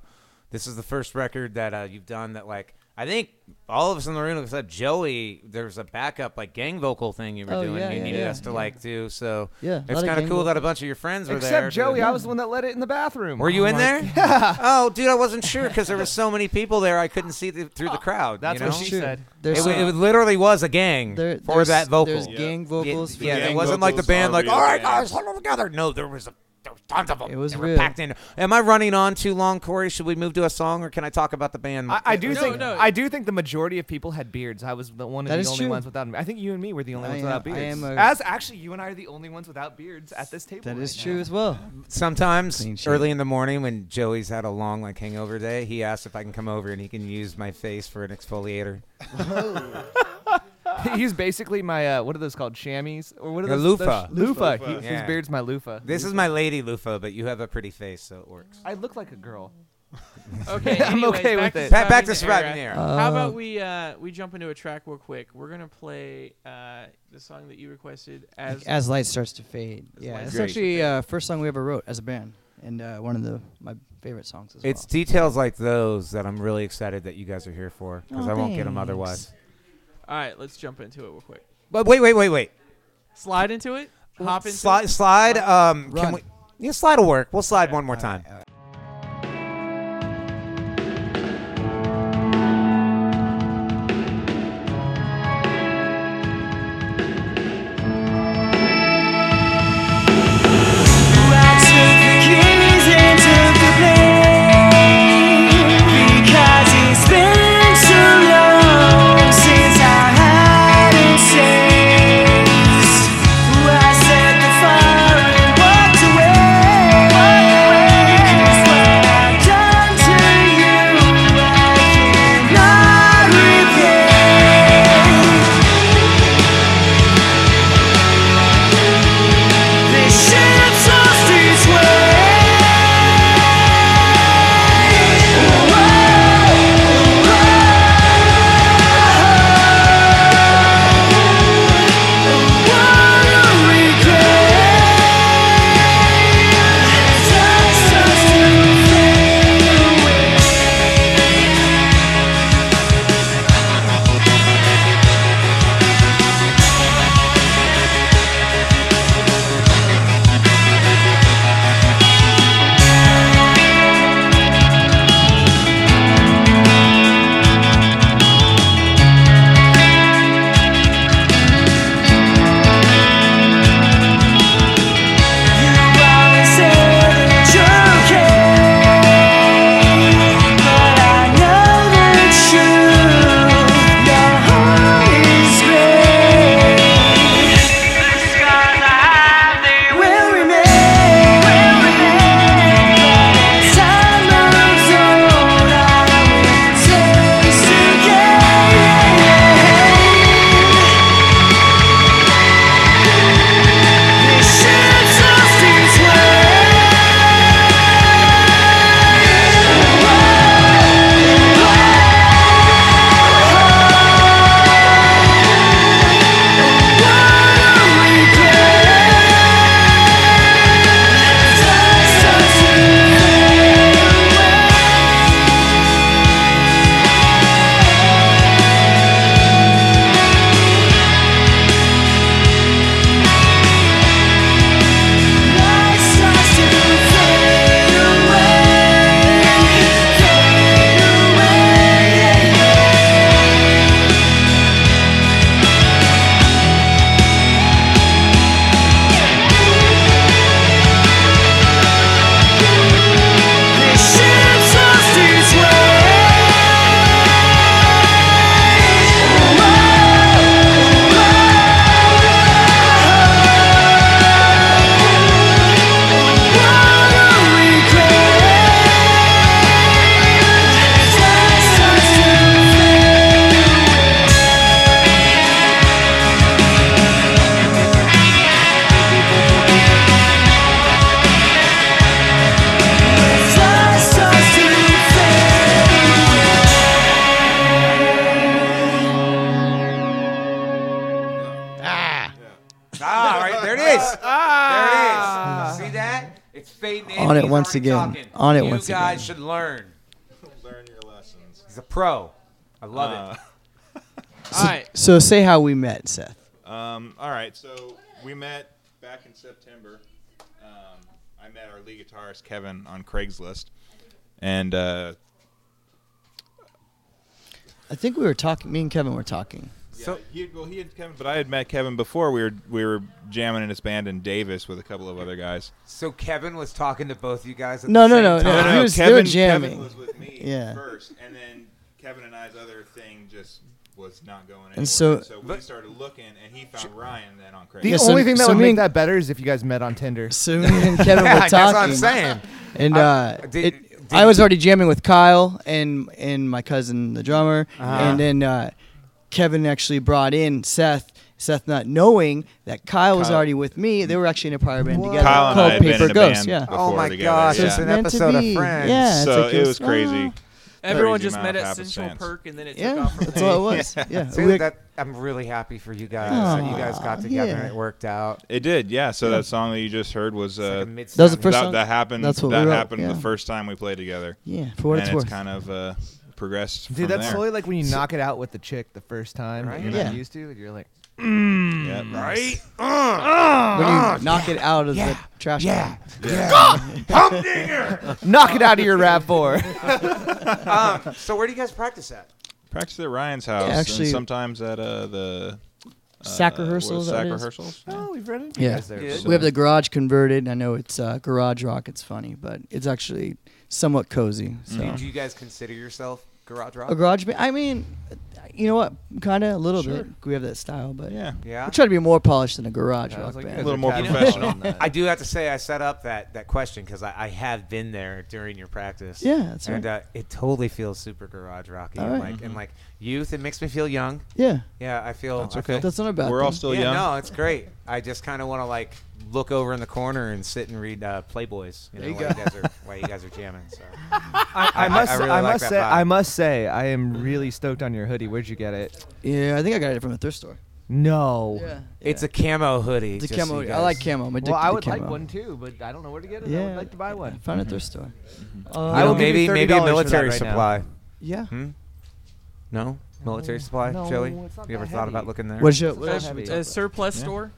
S6: this is the first record that uh, you've done that, like, I think all of us in the room except Joey, there's a backup like gang vocal thing you were
S9: Oh,
S6: doing.
S9: yeah,
S6: you
S9: yeah,
S6: needed
S9: yeah,
S6: us to
S9: yeah.
S6: like do. So
S9: Yeah, a lot
S6: it's
S9: of
S6: kind of
S9: gang
S6: cool that a
S9: vocal.
S6: bunch of your friends were there.
S5: Except
S6: to-
S5: Joey, I was the one that let it in the bathroom.
S6: Were you
S5: Oh
S6: in
S5: my
S6: there? Yeah. Oh, dude, I wasn't sure because there were so many people there. I couldn't see the, through the crowd.
S5: That's
S6: you
S5: what
S6: know?
S5: she said.
S6: It,
S9: There's
S6: wa- it literally was a gang
S9: there,
S6: for
S9: there's-
S6: that vocal.
S9: There's gang vocals. for
S6: Yeah,
S9: that.
S10: gang
S6: it wasn't like the
S10: vocals
S6: band,
S10: are
S6: like,
S10: real
S6: all right,
S10: bands."
S6: guys, huddle together. No, there was a. There was tons of them.
S9: It was
S6: they were
S9: real.
S6: packed in. Am I running on too long, Corey? Should we move to a song, or can I talk about the band?
S5: I, I do
S4: No,
S5: think
S4: no.
S5: I do think the majority of people had beards. I was the one of
S9: That
S5: the
S9: is
S5: only
S9: true.
S5: ones without. I think you and me were the only
S9: I
S5: ones
S9: am-
S5: without
S9: I am
S5: beards.
S9: a-
S5: As actually, you and I are the only ones without beards at this table.
S9: That
S5: right
S9: is
S5: now.
S9: true as well.
S6: Sometimes
S9: Clean sheet.
S6: early in the morning, when Joey's had a long like hangover day, he asks if I can come over and he can use my face for an exfoliator.
S5: He's basically my uh, what are those called? Chamois or what are
S6: A
S5: those?
S6: loofah.
S5: those- Loofah.
S10: Loofah.
S5: He-
S6: Yeah.
S5: His beard's my loofah.
S6: This is my lady loofah, but you have a pretty face, so it works.
S5: I look like a girl.
S4: Okay,
S5: I'm
S4: anyways,
S5: okay
S4: back
S5: with
S4: to
S5: it.
S6: Back, back
S4: Surviving
S6: to surviving
S4: the Era.
S6: there.
S4: How
S9: Uh,
S4: about we uh, we jump into a track real quick? We're gonna play uh, the song that you requested as
S9: As light starts to fade.
S4: As
S9: Yeah,
S4: light
S9: it's
S4: starts to
S9: actually
S4: fade.
S9: uh, first song we ever wrote as a band, and uh, one of the my favorite songs as
S6: It's
S9: well.
S6: details like those that I'm really excited that you guys are here for because
S9: Aw,
S6: I won't get them
S9: Oh, thanks.
S6: otherwise.
S4: All right, let's jump into it real quick.
S6: But wait, wait, wait, wait.
S4: Slide into it. Hop into
S6: slide,
S4: it.
S6: slide. Um, can
S9: Run.
S6: we? Yeah, slide will work. We'll slide one more time.
S11: I set the fire and walked away.
S6: Ah, It's fading in.
S9: On it
S6: He's
S9: once
S6: already
S9: again.
S6: talking.
S9: On it
S6: you
S9: once
S6: You guys
S9: again.
S6: should learn.
S10: Learn your lessons.
S6: He's a pro. I love it.
S4: All right.
S9: So say how we met, Seth.
S10: Um, all right, so we met back in September. Um, I met our lead guitarist Kevin on Craigslist, and uh,
S9: I think we were talking. Me and Kevin were talking.
S10: so he, well, he had Kevin, but I had met Kevin before. We were we were jamming in his band in Davis with a couple of other guys.
S6: So Kevin was talking to both you guys at
S9: No,
S6: the
S9: no,
S6: same
S9: no,
S6: time.
S9: no. he was- they were
S10: Kevin,
S9: jamming.
S10: Kevin was with me
S9: Yeah.
S10: first, and then Kevin and I's other thing just was not going anywhere.
S9: And so-
S10: we started looking, and he found Ryan then on Craigslist.
S5: The
S9: Yeah, so-
S5: only thing that
S9: so
S5: would
S9: me
S5: make
S9: and-
S5: that better is if you guys met on Tinder.
S9: So me and Kevin were
S6: Yeah,
S9: talking.
S6: that's what I'm saying.
S9: And
S6: I-
S9: uh,
S6: did-
S9: it,
S6: did
S9: I
S6: you-
S9: was already jamming with Kyle and and my cousin the drummer,
S6: Uh-huh.
S9: and then uh, Kevin actually brought in Seth. Seth not knowing that Kyle, was already with me. They were actually in a prior band together
S10: Kyle and I
S9: called
S10: had been
S9: Paper
S10: in a
S9: Ghosts.
S10: band
S9: Yeah.
S10: before
S6: Oh my
S10: together,
S6: gosh,
S10: yeah.
S6: it's an
S9: Meant to
S6: episode
S9: be.
S6: of Friends.
S9: Yeah. it's
S10: so
S9: like
S10: it
S9: it's- oh.
S10: was crazy.
S4: Everyone
S10: Crazy
S4: just
S10: amount
S4: met
S10: of
S4: at
S10: half a
S4: Central
S10: cents.
S4: Perk, and then it took
S9: Yeah,
S4: off from
S9: that's
S4: there.
S9: all it was. Yeah,
S6: See,
S9: we-
S6: that, I'm really happy for you guys. that you guys got together and
S9: Oh, yeah.
S6: it worked out.
S10: It did, yeah. So that song that you just heard was
S6: It's
S10: uh,
S6: like a mid-
S9: that was the first
S10: that,
S9: song.
S10: that happened.
S9: That's what we
S10: that
S9: wrote,
S10: happened
S9: yeah.
S10: the first time we played together.
S9: yeah, for what
S10: and
S9: it's worth.
S10: kind of uh, progressed.
S5: Dude,
S10: from
S5: that's
S10: there.
S5: slowly like when you knock it out with the chick the first time.
S6: Right?
S5: You're not
S9: Yeah.
S5: used to, and you're like,
S10: Yep.
S6: Mm, right?
S9: when you knock it out of the trash
S6: Ah, Yeah.
S9: can.
S5: knock it out of your rap four.
S6: Um, so where do you guys practice at?
S10: Practiced at Ryan's house.
S9: actually-
S10: and sometimes at uh, the uh,
S9: Sack
S10: what is it,
S9: rehearsals, that
S10: Sack
S9: is.
S10: rehearsals. Yeah.
S5: oh, we've run into
S9: Yeah.
S5: you guys there.
S6: Yeah.
S9: We have the garage converted. I know it's uh, garage rock. It's funny, but it's actually somewhat cozy. So
S10: Mm-hmm.
S6: Do you guys consider yourself garage rock?
S9: a garage band. I mean, you know what? Kind of a little bit. We have that style, but
S10: Yeah.
S6: yeah.
S9: we try to be more polished than a garage
S5: I
S9: rock
S5: was like, you
S9: band.
S5: guys
S10: little
S5: are
S10: more
S5: kind of
S10: professional.
S5: on that.
S6: I do have to say I set up that, that question because I, I have been there during your practice.
S9: Yeah, that's
S6: and
S9: right.
S6: uh, it totally feels super garage rocky.
S9: All
S6: and,
S9: right.
S6: like, and like youth, it makes me feel young.
S9: yeah,
S6: Yeah, I feel
S10: That's
S6: I
S10: okay.
S6: feel-
S9: that's not a bad.
S10: We're all
S9: thing.
S10: still
S6: yeah,
S10: young.
S6: no, it's great. I just kind of want to like look over in the corner and sit and read uh, Playboys. You know,
S9: There you
S6: while,
S9: go.
S6: you guys are, while you guys are jamming. So
S5: I, I must, I,
S6: really like
S5: must
S6: that
S5: say,
S6: vibe.
S5: I must say, I am really stoked on your hoodie. Where'd you get it?
S9: Yeah, I think I got it from a thrift store.
S5: No.
S6: it's a camo hoodie.
S9: It's a
S6: just so
S9: camo.
S6: you
S9: I like
S6: guys-
S9: camo. I'm addicted
S5: Well, I
S9: to
S5: would like
S9: camo.
S5: one too, but I don't know where to get it. I
S9: Yeah.
S5: would like to buy
S9: I
S5: one.
S9: found a thrift store.
S6: You
S5: I
S6: know,
S5: will give you
S6: maybe maybe a
S5: $30 for that
S6: military
S5: right now.
S6: supply.
S9: Yeah.
S6: No, military supply,
S5: no,
S6: Joey.
S5: it's not
S6: You ever
S5: that
S6: thought about
S5: heavy.
S6: looking there?
S9: What's your?
S4: A-
S5: That's heavy.
S4: a surplus store.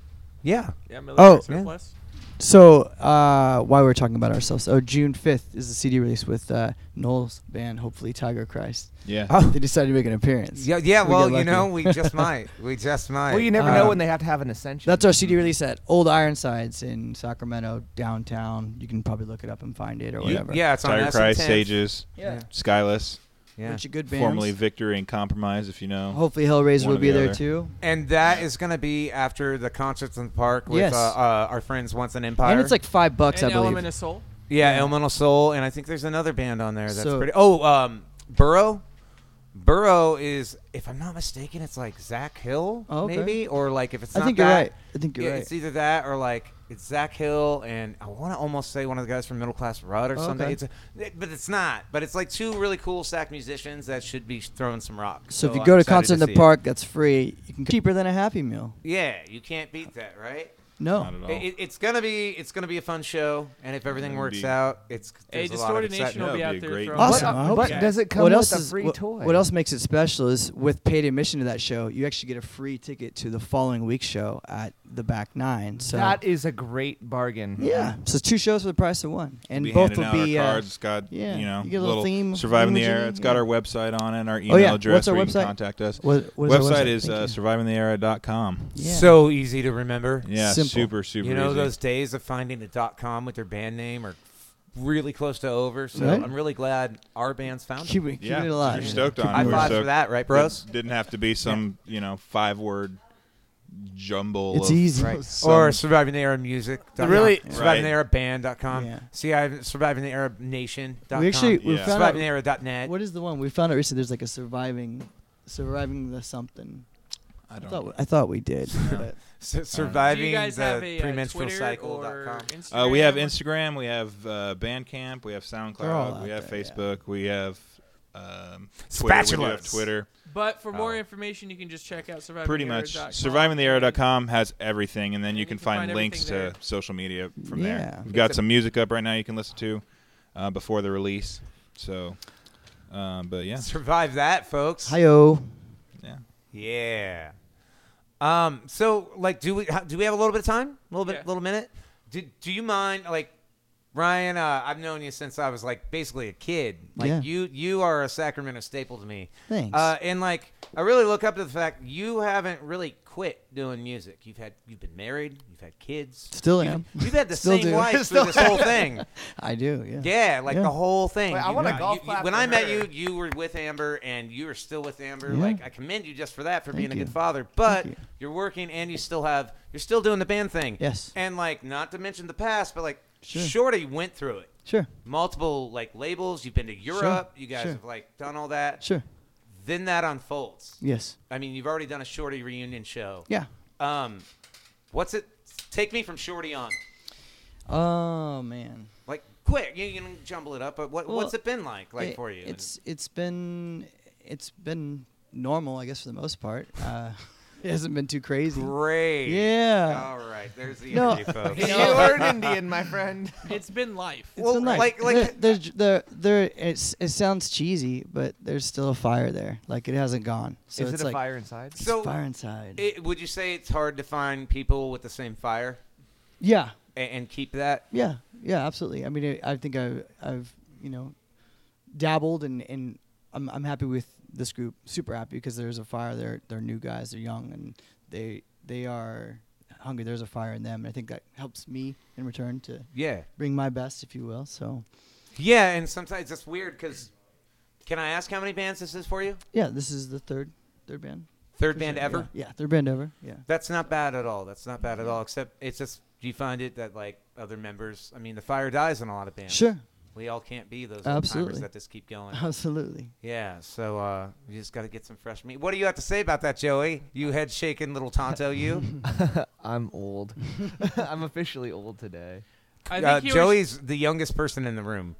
S6: yeah.
S4: Yeah, military
S9: Oh,
S4: surplus.
S9: So, uh, why we're talking about ourselves? Oh, June fifth is the CD release with uh, Noel's band. Hopefully, Tiger Christ.
S10: Yeah.
S6: Oh.
S9: They decided to make an appearance.
S6: Yeah, yeah.
S9: We
S6: Well,
S9: get
S6: you know,
S9: lucky.
S6: we just might. We just might.
S5: Well, you never
S6: Uh,
S5: know when they have to have an ascension.
S9: That's our CD release at Old Ironsides in Sacramento downtown. You can probably look it up and find it or whatever.
S6: Yeah, it's on
S10: Tiger
S6: S
S10: Cry,
S6: 10.
S10: Sages,
S9: yeah.
S10: Skyless,
S6: Yeah.
S9: Bunch of good bands.
S10: formerly Victory and Compromise, if you know.
S9: Hopefully, Hellraiser
S10: One
S9: will
S10: or
S9: be
S10: the
S9: there
S10: other.
S9: too.
S6: And that is going to be after the concerts in the park with
S9: Yes.
S6: uh, uh, our friends Once an Empire.
S9: And it's like five bucks,
S4: An
S9: I believe.
S4: element of soul.
S6: yeah, Elemental Soul, and I think there's another band on there that's
S9: So-
S6: pretty. Oh, um, Burrow. Burrow is, if I'm not mistaken, it's like Zach Hill,
S9: Oh, okay.
S6: maybe, or like if it's
S9: I
S6: not
S9: think you're
S6: that,
S9: right. I think you're
S6: yeah,
S9: right.
S6: It's either that or like it's Zach Hill and I want to almost say one of the guys from Middle Class Rut or
S9: Oh,
S6: something.
S9: okay.
S6: It's a, but it's not. But it's like two really cool sack musicians that should be throwing some rock.
S9: so, if you
S6: I'm
S9: go to
S6: excited
S9: concert in the
S6: see it.
S9: park, that's free. You can cheaper than a Happy Meal.
S6: yeah, you can't beat that, right?
S10: Not
S9: No.
S10: at all.
S6: It, it- it's gonna be it's gonna be a fun show, and if everything works
S10: Indeed.
S6: out, it's
S4: A
S6: there's a lot of
S4: distorted nation will
S10: excitement.
S4: be
S10: That
S4: out
S10: would be a
S4: there
S10: great
S4: throwing.
S9: Awesome.
S4: up.
S9: I hope
S5: But
S9: so.
S5: uh, does it come
S9: what
S5: with
S9: else
S5: a
S9: is,
S5: free
S9: what,
S5: toy?
S9: what else makes it special is with paid admission to that show, you actually get a free ticket to the following week's show at the back nine. So
S5: That is a great bargain.
S9: yeah, so it's two shows for the price of one, and
S10: be
S9: both
S10: handing
S9: will
S10: out
S9: be
S10: our
S9: uh,
S10: cards. it's got
S9: yeah,
S10: you know
S9: you get a little theme,
S10: surviving the
S9: imagery,
S10: era. It's got
S9: yeah. Oh,
S10: our website on it, and our email
S9: yeah. What's
S10: address
S9: our
S10: where you
S9: website?
S10: can contact us.
S9: What- what is our
S10: website
S9: website?
S10: is
S9: Thank
S10: uh,
S9: you.
S10: survivingtheera.com.
S9: yeah.
S6: so easy to remember.
S10: Yeah,
S9: Simple.
S10: super super.
S6: you know
S10: easy.
S6: those days of finding the dot com with their band name are really close to over. So
S9: Right.
S6: I'm really glad our band's found.
S9: keep,
S6: Them.
S9: it- keep
S10: Yeah,
S9: it alive.
S10: we're stoked on. it.
S6: I
S10: We're
S6: fought for
S10: stoked.
S6: that, right, bros?
S10: It didn't have to be some you know five word jumble.
S9: It's
S10: of-
S9: easy.
S6: Right.
S10: Some-
S6: Or surviving the era music.
S7: Really-
S6: surviving the
S10: Right.
S6: era band.com.
S9: Yeah.
S6: See, I surviving the era nation.
S9: We actually we
S10: Yeah.
S9: found
S6: surviving
S9: out,
S6: the era.net.
S9: what is the one we found out recently? There's like a surviving, surviving the something.
S10: I
S9: I
S10: don't.
S9: thought we, I thought we did. but- uh,
S6: Su-
S4: Do
S6: surviving
S4: you guys
S6: the
S4: have a uh,
S6: premenstrual
S4: Twitter
S6: cycle dot
S4: or
S6: com.
S4: Instagram?
S10: Uh, we have Instagram, we have uh, Bandcamp, we have
S9: all
S10: SoundCloud,
S9: out
S10: we have
S9: there, yeah.
S10: Facebook, we have um, Twitter. We do have
S6: Spatulas.
S10: Twitter.
S4: But for more information, you can just check out surviving
S10: Oh. Pretty much. SurvivingTheAir.com has everything, and then you can find, links to
S4: everything there.
S10: social media from
S9: Yeah.
S10: there. We've got some music up right now you can listen to uh, before the release. So, um, but yeah.
S6: Survive that, folks.
S9: Hi-yo.
S10: yeah.
S6: Yeah. Um. So, like, do we how- do we have a little bit of time? A little bit,
S4: Yeah.
S6: little minute. Do Do you mind, like, Ryan? Uh, I've known you since I was like basically a kid. Like,
S9: Yeah.
S6: you you are a Sacramento staple to me.
S9: Thanks.
S6: Uh, and like, I really look up to the fact you haven't really quit doing music. You've had you've been married. You've had kids.
S9: Still
S6: You've-
S9: am.
S6: You've had the
S9: Still
S6: same
S9: do.
S6: life
S9: Still
S6: through this whole thing.
S9: I do. Yeah.
S6: Yeah, like
S9: Yeah.
S6: the whole thing.
S5: Wait, I
S6: You-
S5: want a
S6: you-
S5: golf
S6: you-
S5: clap
S6: When
S5: for
S6: I met
S5: her.
S6: you, you were with Amber, and you are still with Amber.
S9: Yeah.
S6: Like I commend you just for that for being a
S9: you.
S6: good father. But
S9: you.
S6: are working, and you still have you're still doing the band thing.
S9: Yes.
S6: And like not to mention the past, but like
S9: Sure.
S6: Shorty went through it.
S9: Sure.
S6: Multiple like labels. You've been to Europe. You guys
S9: Sure.
S6: have like done all that.
S9: Sure.
S6: Then that unfolds.
S9: Yes.
S6: I mean, you've already done a Shorty reunion show.
S9: Yeah.
S6: Um, what's it? Take me from Shorty on.
S9: Oh man.
S6: Like quick, you can jumble it up. But what,
S9: Well,
S6: what's it been like? Like
S9: It-
S6: for you?
S9: It's it's been it's been normal, I guess, for the most part. Uh, it hasn't been too crazy.
S6: Great.
S9: Yeah.
S6: All right. There's the
S9: No.
S6: interview, folks.
S5: You are an Indian, my friend.
S4: It's been life.
S9: It's
S6: Well,
S9: been nice.
S6: like- like-
S9: there, there's there there it's, it sounds cheesy, but there's still a fire there. Like it hasn't gone. So
S5: Is
S9: it's
S5: it a
S9: like
S5: fire inside?
S9: it's
S6: So-
S9: fire inside.
S6: It- would you say it's hard to find people with the same fire
S9: yeah.
S6: and, and keep that?
S9: Yeah, yeah, absolutely. I mean, I- I think I've, I've you know, dabbled and and I'm I'm happy with this group. Super happy because there's a fire. They're they're new guys. They're young and they they are hungry. There's a fire in them. And I think that helps me in return to
S6: Yeah.
S9: bring my best, if you will. So
S6: Yeah, and sometimes it's weird because. Can I ask how many bands this is for you?
S9: yeah, this is the third third band.
S6: Third
S9: for
S6: band
S9: sure.
S6: ever.
S9: Yeah, yeah, third band ever. Yeah.
S6: That's not bad at all. That's not bad at all. Except it's just do you find it that like other members? I mean, the fire dies in a lot of bands.
S9: Sure.
S6: We all can't be those
S9: Absolutely. Uh-huh.
S6: old-timers that just keep going.
S9: Absolutely.
S6: Yeah, so uh, you just got to get some fresh meat. What do you have to say about that, Joey? You head shaking little Tonto, you.
S5: I'm old. I'm officially old today.
S4: I think
S6: Uh,
S4: he was-
S6: Joey's the youngest person in the room.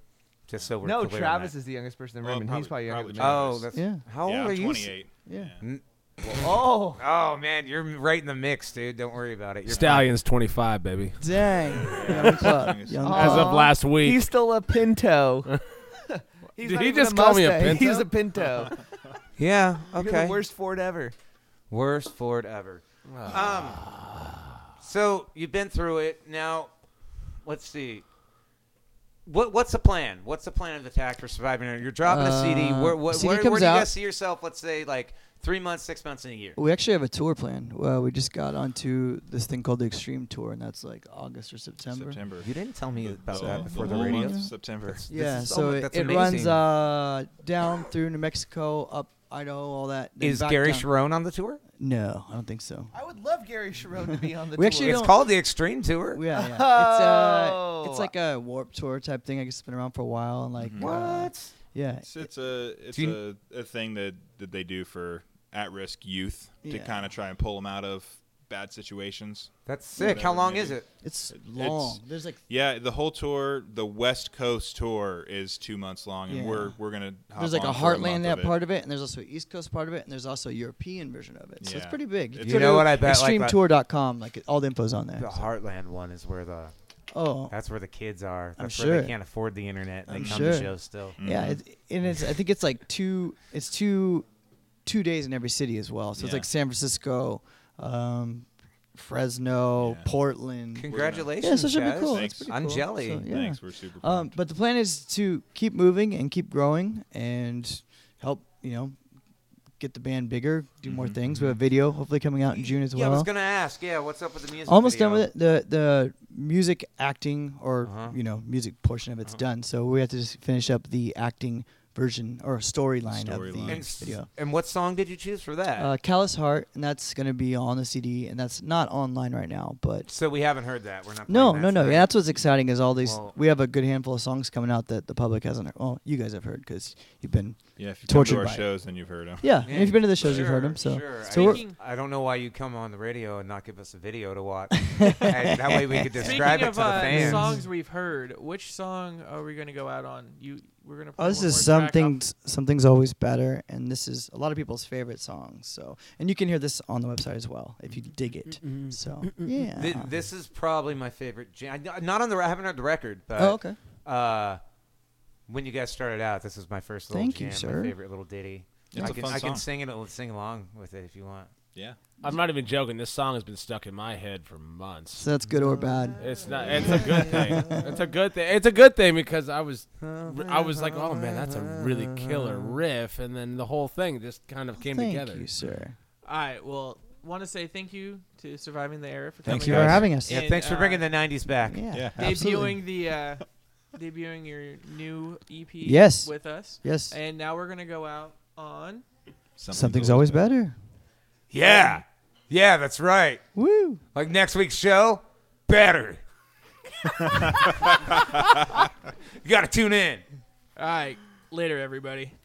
S6: Just so we're
S5: No,
S6: clear on
S5: Travis
S6: that.
S5: is the youngest person in the
S10: Well,
S5: room, and he's probably
S10: probably-
S5: younger than me.
S10: probably
S6: Oh, that's
S9: Yeah.
S6: How old
S10: yeah,
S6: are
S10: I'm
S6: you?
S10: 28.
S9: Yeah.
S5: Oh,
S6: Oh man, you're right in the mix, dude. Don't worry about it. You're
S7: Stallion's 25, baby.
S9: Dang.
S5: Oh,
S9: Young Club. Young
S7: As
S9: Club.
S7: of last week.
S5: he's still a pinto. He's
S7: Did
S5: not
S7: he
S5: even
S7: just call me a
S5: Mustang.
S7: pinto?
S5: He's a pinto.
S6: fine. Yeah.
S5: You're
S6: Okay.
S5: the worst Ford e- ever.
S6: Worst Ford ever. Um. So you've been through it. Now, let's see. What what's the plan? What's the plan of attack for surviving? You're dropping a CD.
S9: Uh,
S6: Where where,
S9: CD
S6: where, where
S9: comes
S6: do you
S9: out.
S6: guys see yourself? Let's say like three months, six months, in a year.
S9: We actually have a tour plan. Well, we just got onto this thing called the Extreme Tour, and that's like August or September.
S10: September.
S6: You didn't tell me about
S10: So,
S6: that before
S10: the
S6: the
S10: whole
S6: radio.
S10: month of September.
S9: Yeah,
S6: is
S9: so
S6: almo-
S9: it,
S6: that's
S9: it runs
S6: amazing.
S9: uh, down through New Mexico, up Idaho, all that. then
S6: Is
S9: back
S6: Gary
S9: down.
S6: Sharon on the tour?
S9: No, I don't think so.
S5: I would love Gary Sharon to be on the
S9: We
S5: tour.
S9: actually
S6: It's
S9: don't-
S6: called the Extreme Tour.
S9: Yeah, yeah. It's, uh,
S5: Oh.
S9: it's like a warp tour type thing. I guess it's been around for a while, and like
S5: Mm-hmm.
S9: uh,
S6: What?
S9: yeah,
S10: It's, it's a it's
S6: Do
S10: a, a thing that, that they do for at risk youth to
S9: Yeah.
S10: kind of try and pull them out of bad situations.
S6: That's sick. How
S10: Whatever,
S6: long
S10: maybe.
S6: is it?
S9: it's long. There's like
S10: Yeah, the whole tour, the West Coast tour, is two months long, and
S9: Yeah.
S10: we're we're gonna. Hop
S9: there's like a
S10: on for month
S9: Heartland that
S10: of it.
S9: part of it, and there's also an East Coast part of it, and there's also a European version of it. So it's
S10: Yeah.
S9: pretty big.
S10: It's
S9: can
S10: You
S9: go
S10: know
S9: to
S6: what I bet, like, like-
S9: Extremetour.com, like all the info's on there.
S6: The Heartland one is where the
S9: Oh,
S6: that's where the kids are.
S9: I'm
S6: That's where
S9: sure.
S6: they can't afford the internet. They
S9: I'm
S6: come
S9: sure.
S6: to shows still.
S9: Yeah,
S10: Mm-hmm.
S9: it, and it's I think it's like two it's two two days in every city as well. So it's
S10: Yeah.
S9: like San Francisco, um, Fresno,
S10: Yeah.
S9: Portland.
S6: Congratulations,
S9: Yeah, so it should be
S6: guys.
S9: cool.
S10: Thanks.
S9: It's pretty
S6: I'm
S9: cool.
S6: jelly.
S9: So, yeah.
S10: Thanks, we're super.
S9: Um,
S10: pumped.
S9: but the plan is to keep moving and keep growing and help you know get the band bigger, do more things. We have a video hopefully coming out in June as
S6: Mm-hmm, Yeah, I
S9: well.
S6: was gonna ask. Yeah, what's up with the music?
S9: Almost done
S6: video?
S9: with it. The the music acting or
S6: Uh-huh.
S9: you know music portion of it's done. So we have to just finish up the acting version or storyline of the
S10: Storyline.
S6: And, s-
S9: video.
S6: and what song did you choose for that?
S9: Uh, Callous Heart, and that's gonna be on the CD, and that's not online right now. But
S6: so we haven't heard that. We're not.
S9: no,
S6: playing
S9: no,
S6: that
S9: no.
S6: tonight.
S9: That's what's exciting is all these.
S6: Well-
S9: we have a good handful of songs coming out that the public hasn't. heard. Well, you guys have heard because you've been
S10: Yeah, if you come
S9: tortured
S10: to our
S9: by it.
S10: shows, then you've heard them.
S9: Yeah, and if you've been to the shows, you've heard them. So,
S6: sure.
S9: so we're,
S4: Speaking-
S6: I don't know why you come on the radio and not give us a video to watch. And that way we could describe
S4: Speaking
S6: it
S4: of
S6: to the
S4: uh,
S6: fans.
S4: songs we've heard, which song are we gonna go out on? You, we're gonna.
S9: oh,
S4: play
S9: this
S4: one
S9: is
S4: more track
S9: something.
S4: off-
S9: Something's always better, and this is a lot of people's favorite songs. So, and you can hear this on the website as well if you dig it. So, yeah.
S6: Th- this is probably my favorite. jam- I- Not on the. I haven't heard the record, but
S9: oh, okay.
S6: uh, when you guys started out, this was my first little
S9: Thank you,
S6: jam,
S9: sir.
S6: my favorite little ditty.
S10: It's
S6: I
S10: a
S6: can,
S10: fun
S6: I
S10: song.
S6: can sing it. Sing along with it if you want.
S10: Yeah.
S7: I'm not even joking. This song has been stuck in my head for months.
S9: So that's good or bad.
S7: It's not. It's a good thing. It's a good thing. It's a good thing because I was, I was like, oh man, that's a really killer riff, and then the whole thing just kind of came
S9: Oh, Thank
S7: together.
S9: you, sir.
S4: All right. Well, want to say thank you to Surviving the Era for coming.
S9: Thank you for
S4: out.
S9: having us.
S6: Yeah,
S4: And,
S6: thanks for
S4: uh,
S6: bringing the '90s back.
S9: Yeah.
S10: Yeah.
S9: absolutely.
S4: debuting the uh, debuting your new EP.
S9: Yes.
S4: with us,
S9: Yes.
S4: and now we're gonna go out on.
S9: Something's always better.
S6: Yeah, yeah, that's right.
S9: Woo.
S6: Like next week's show, better. you got to tune in.
S4: All right, later, everybody.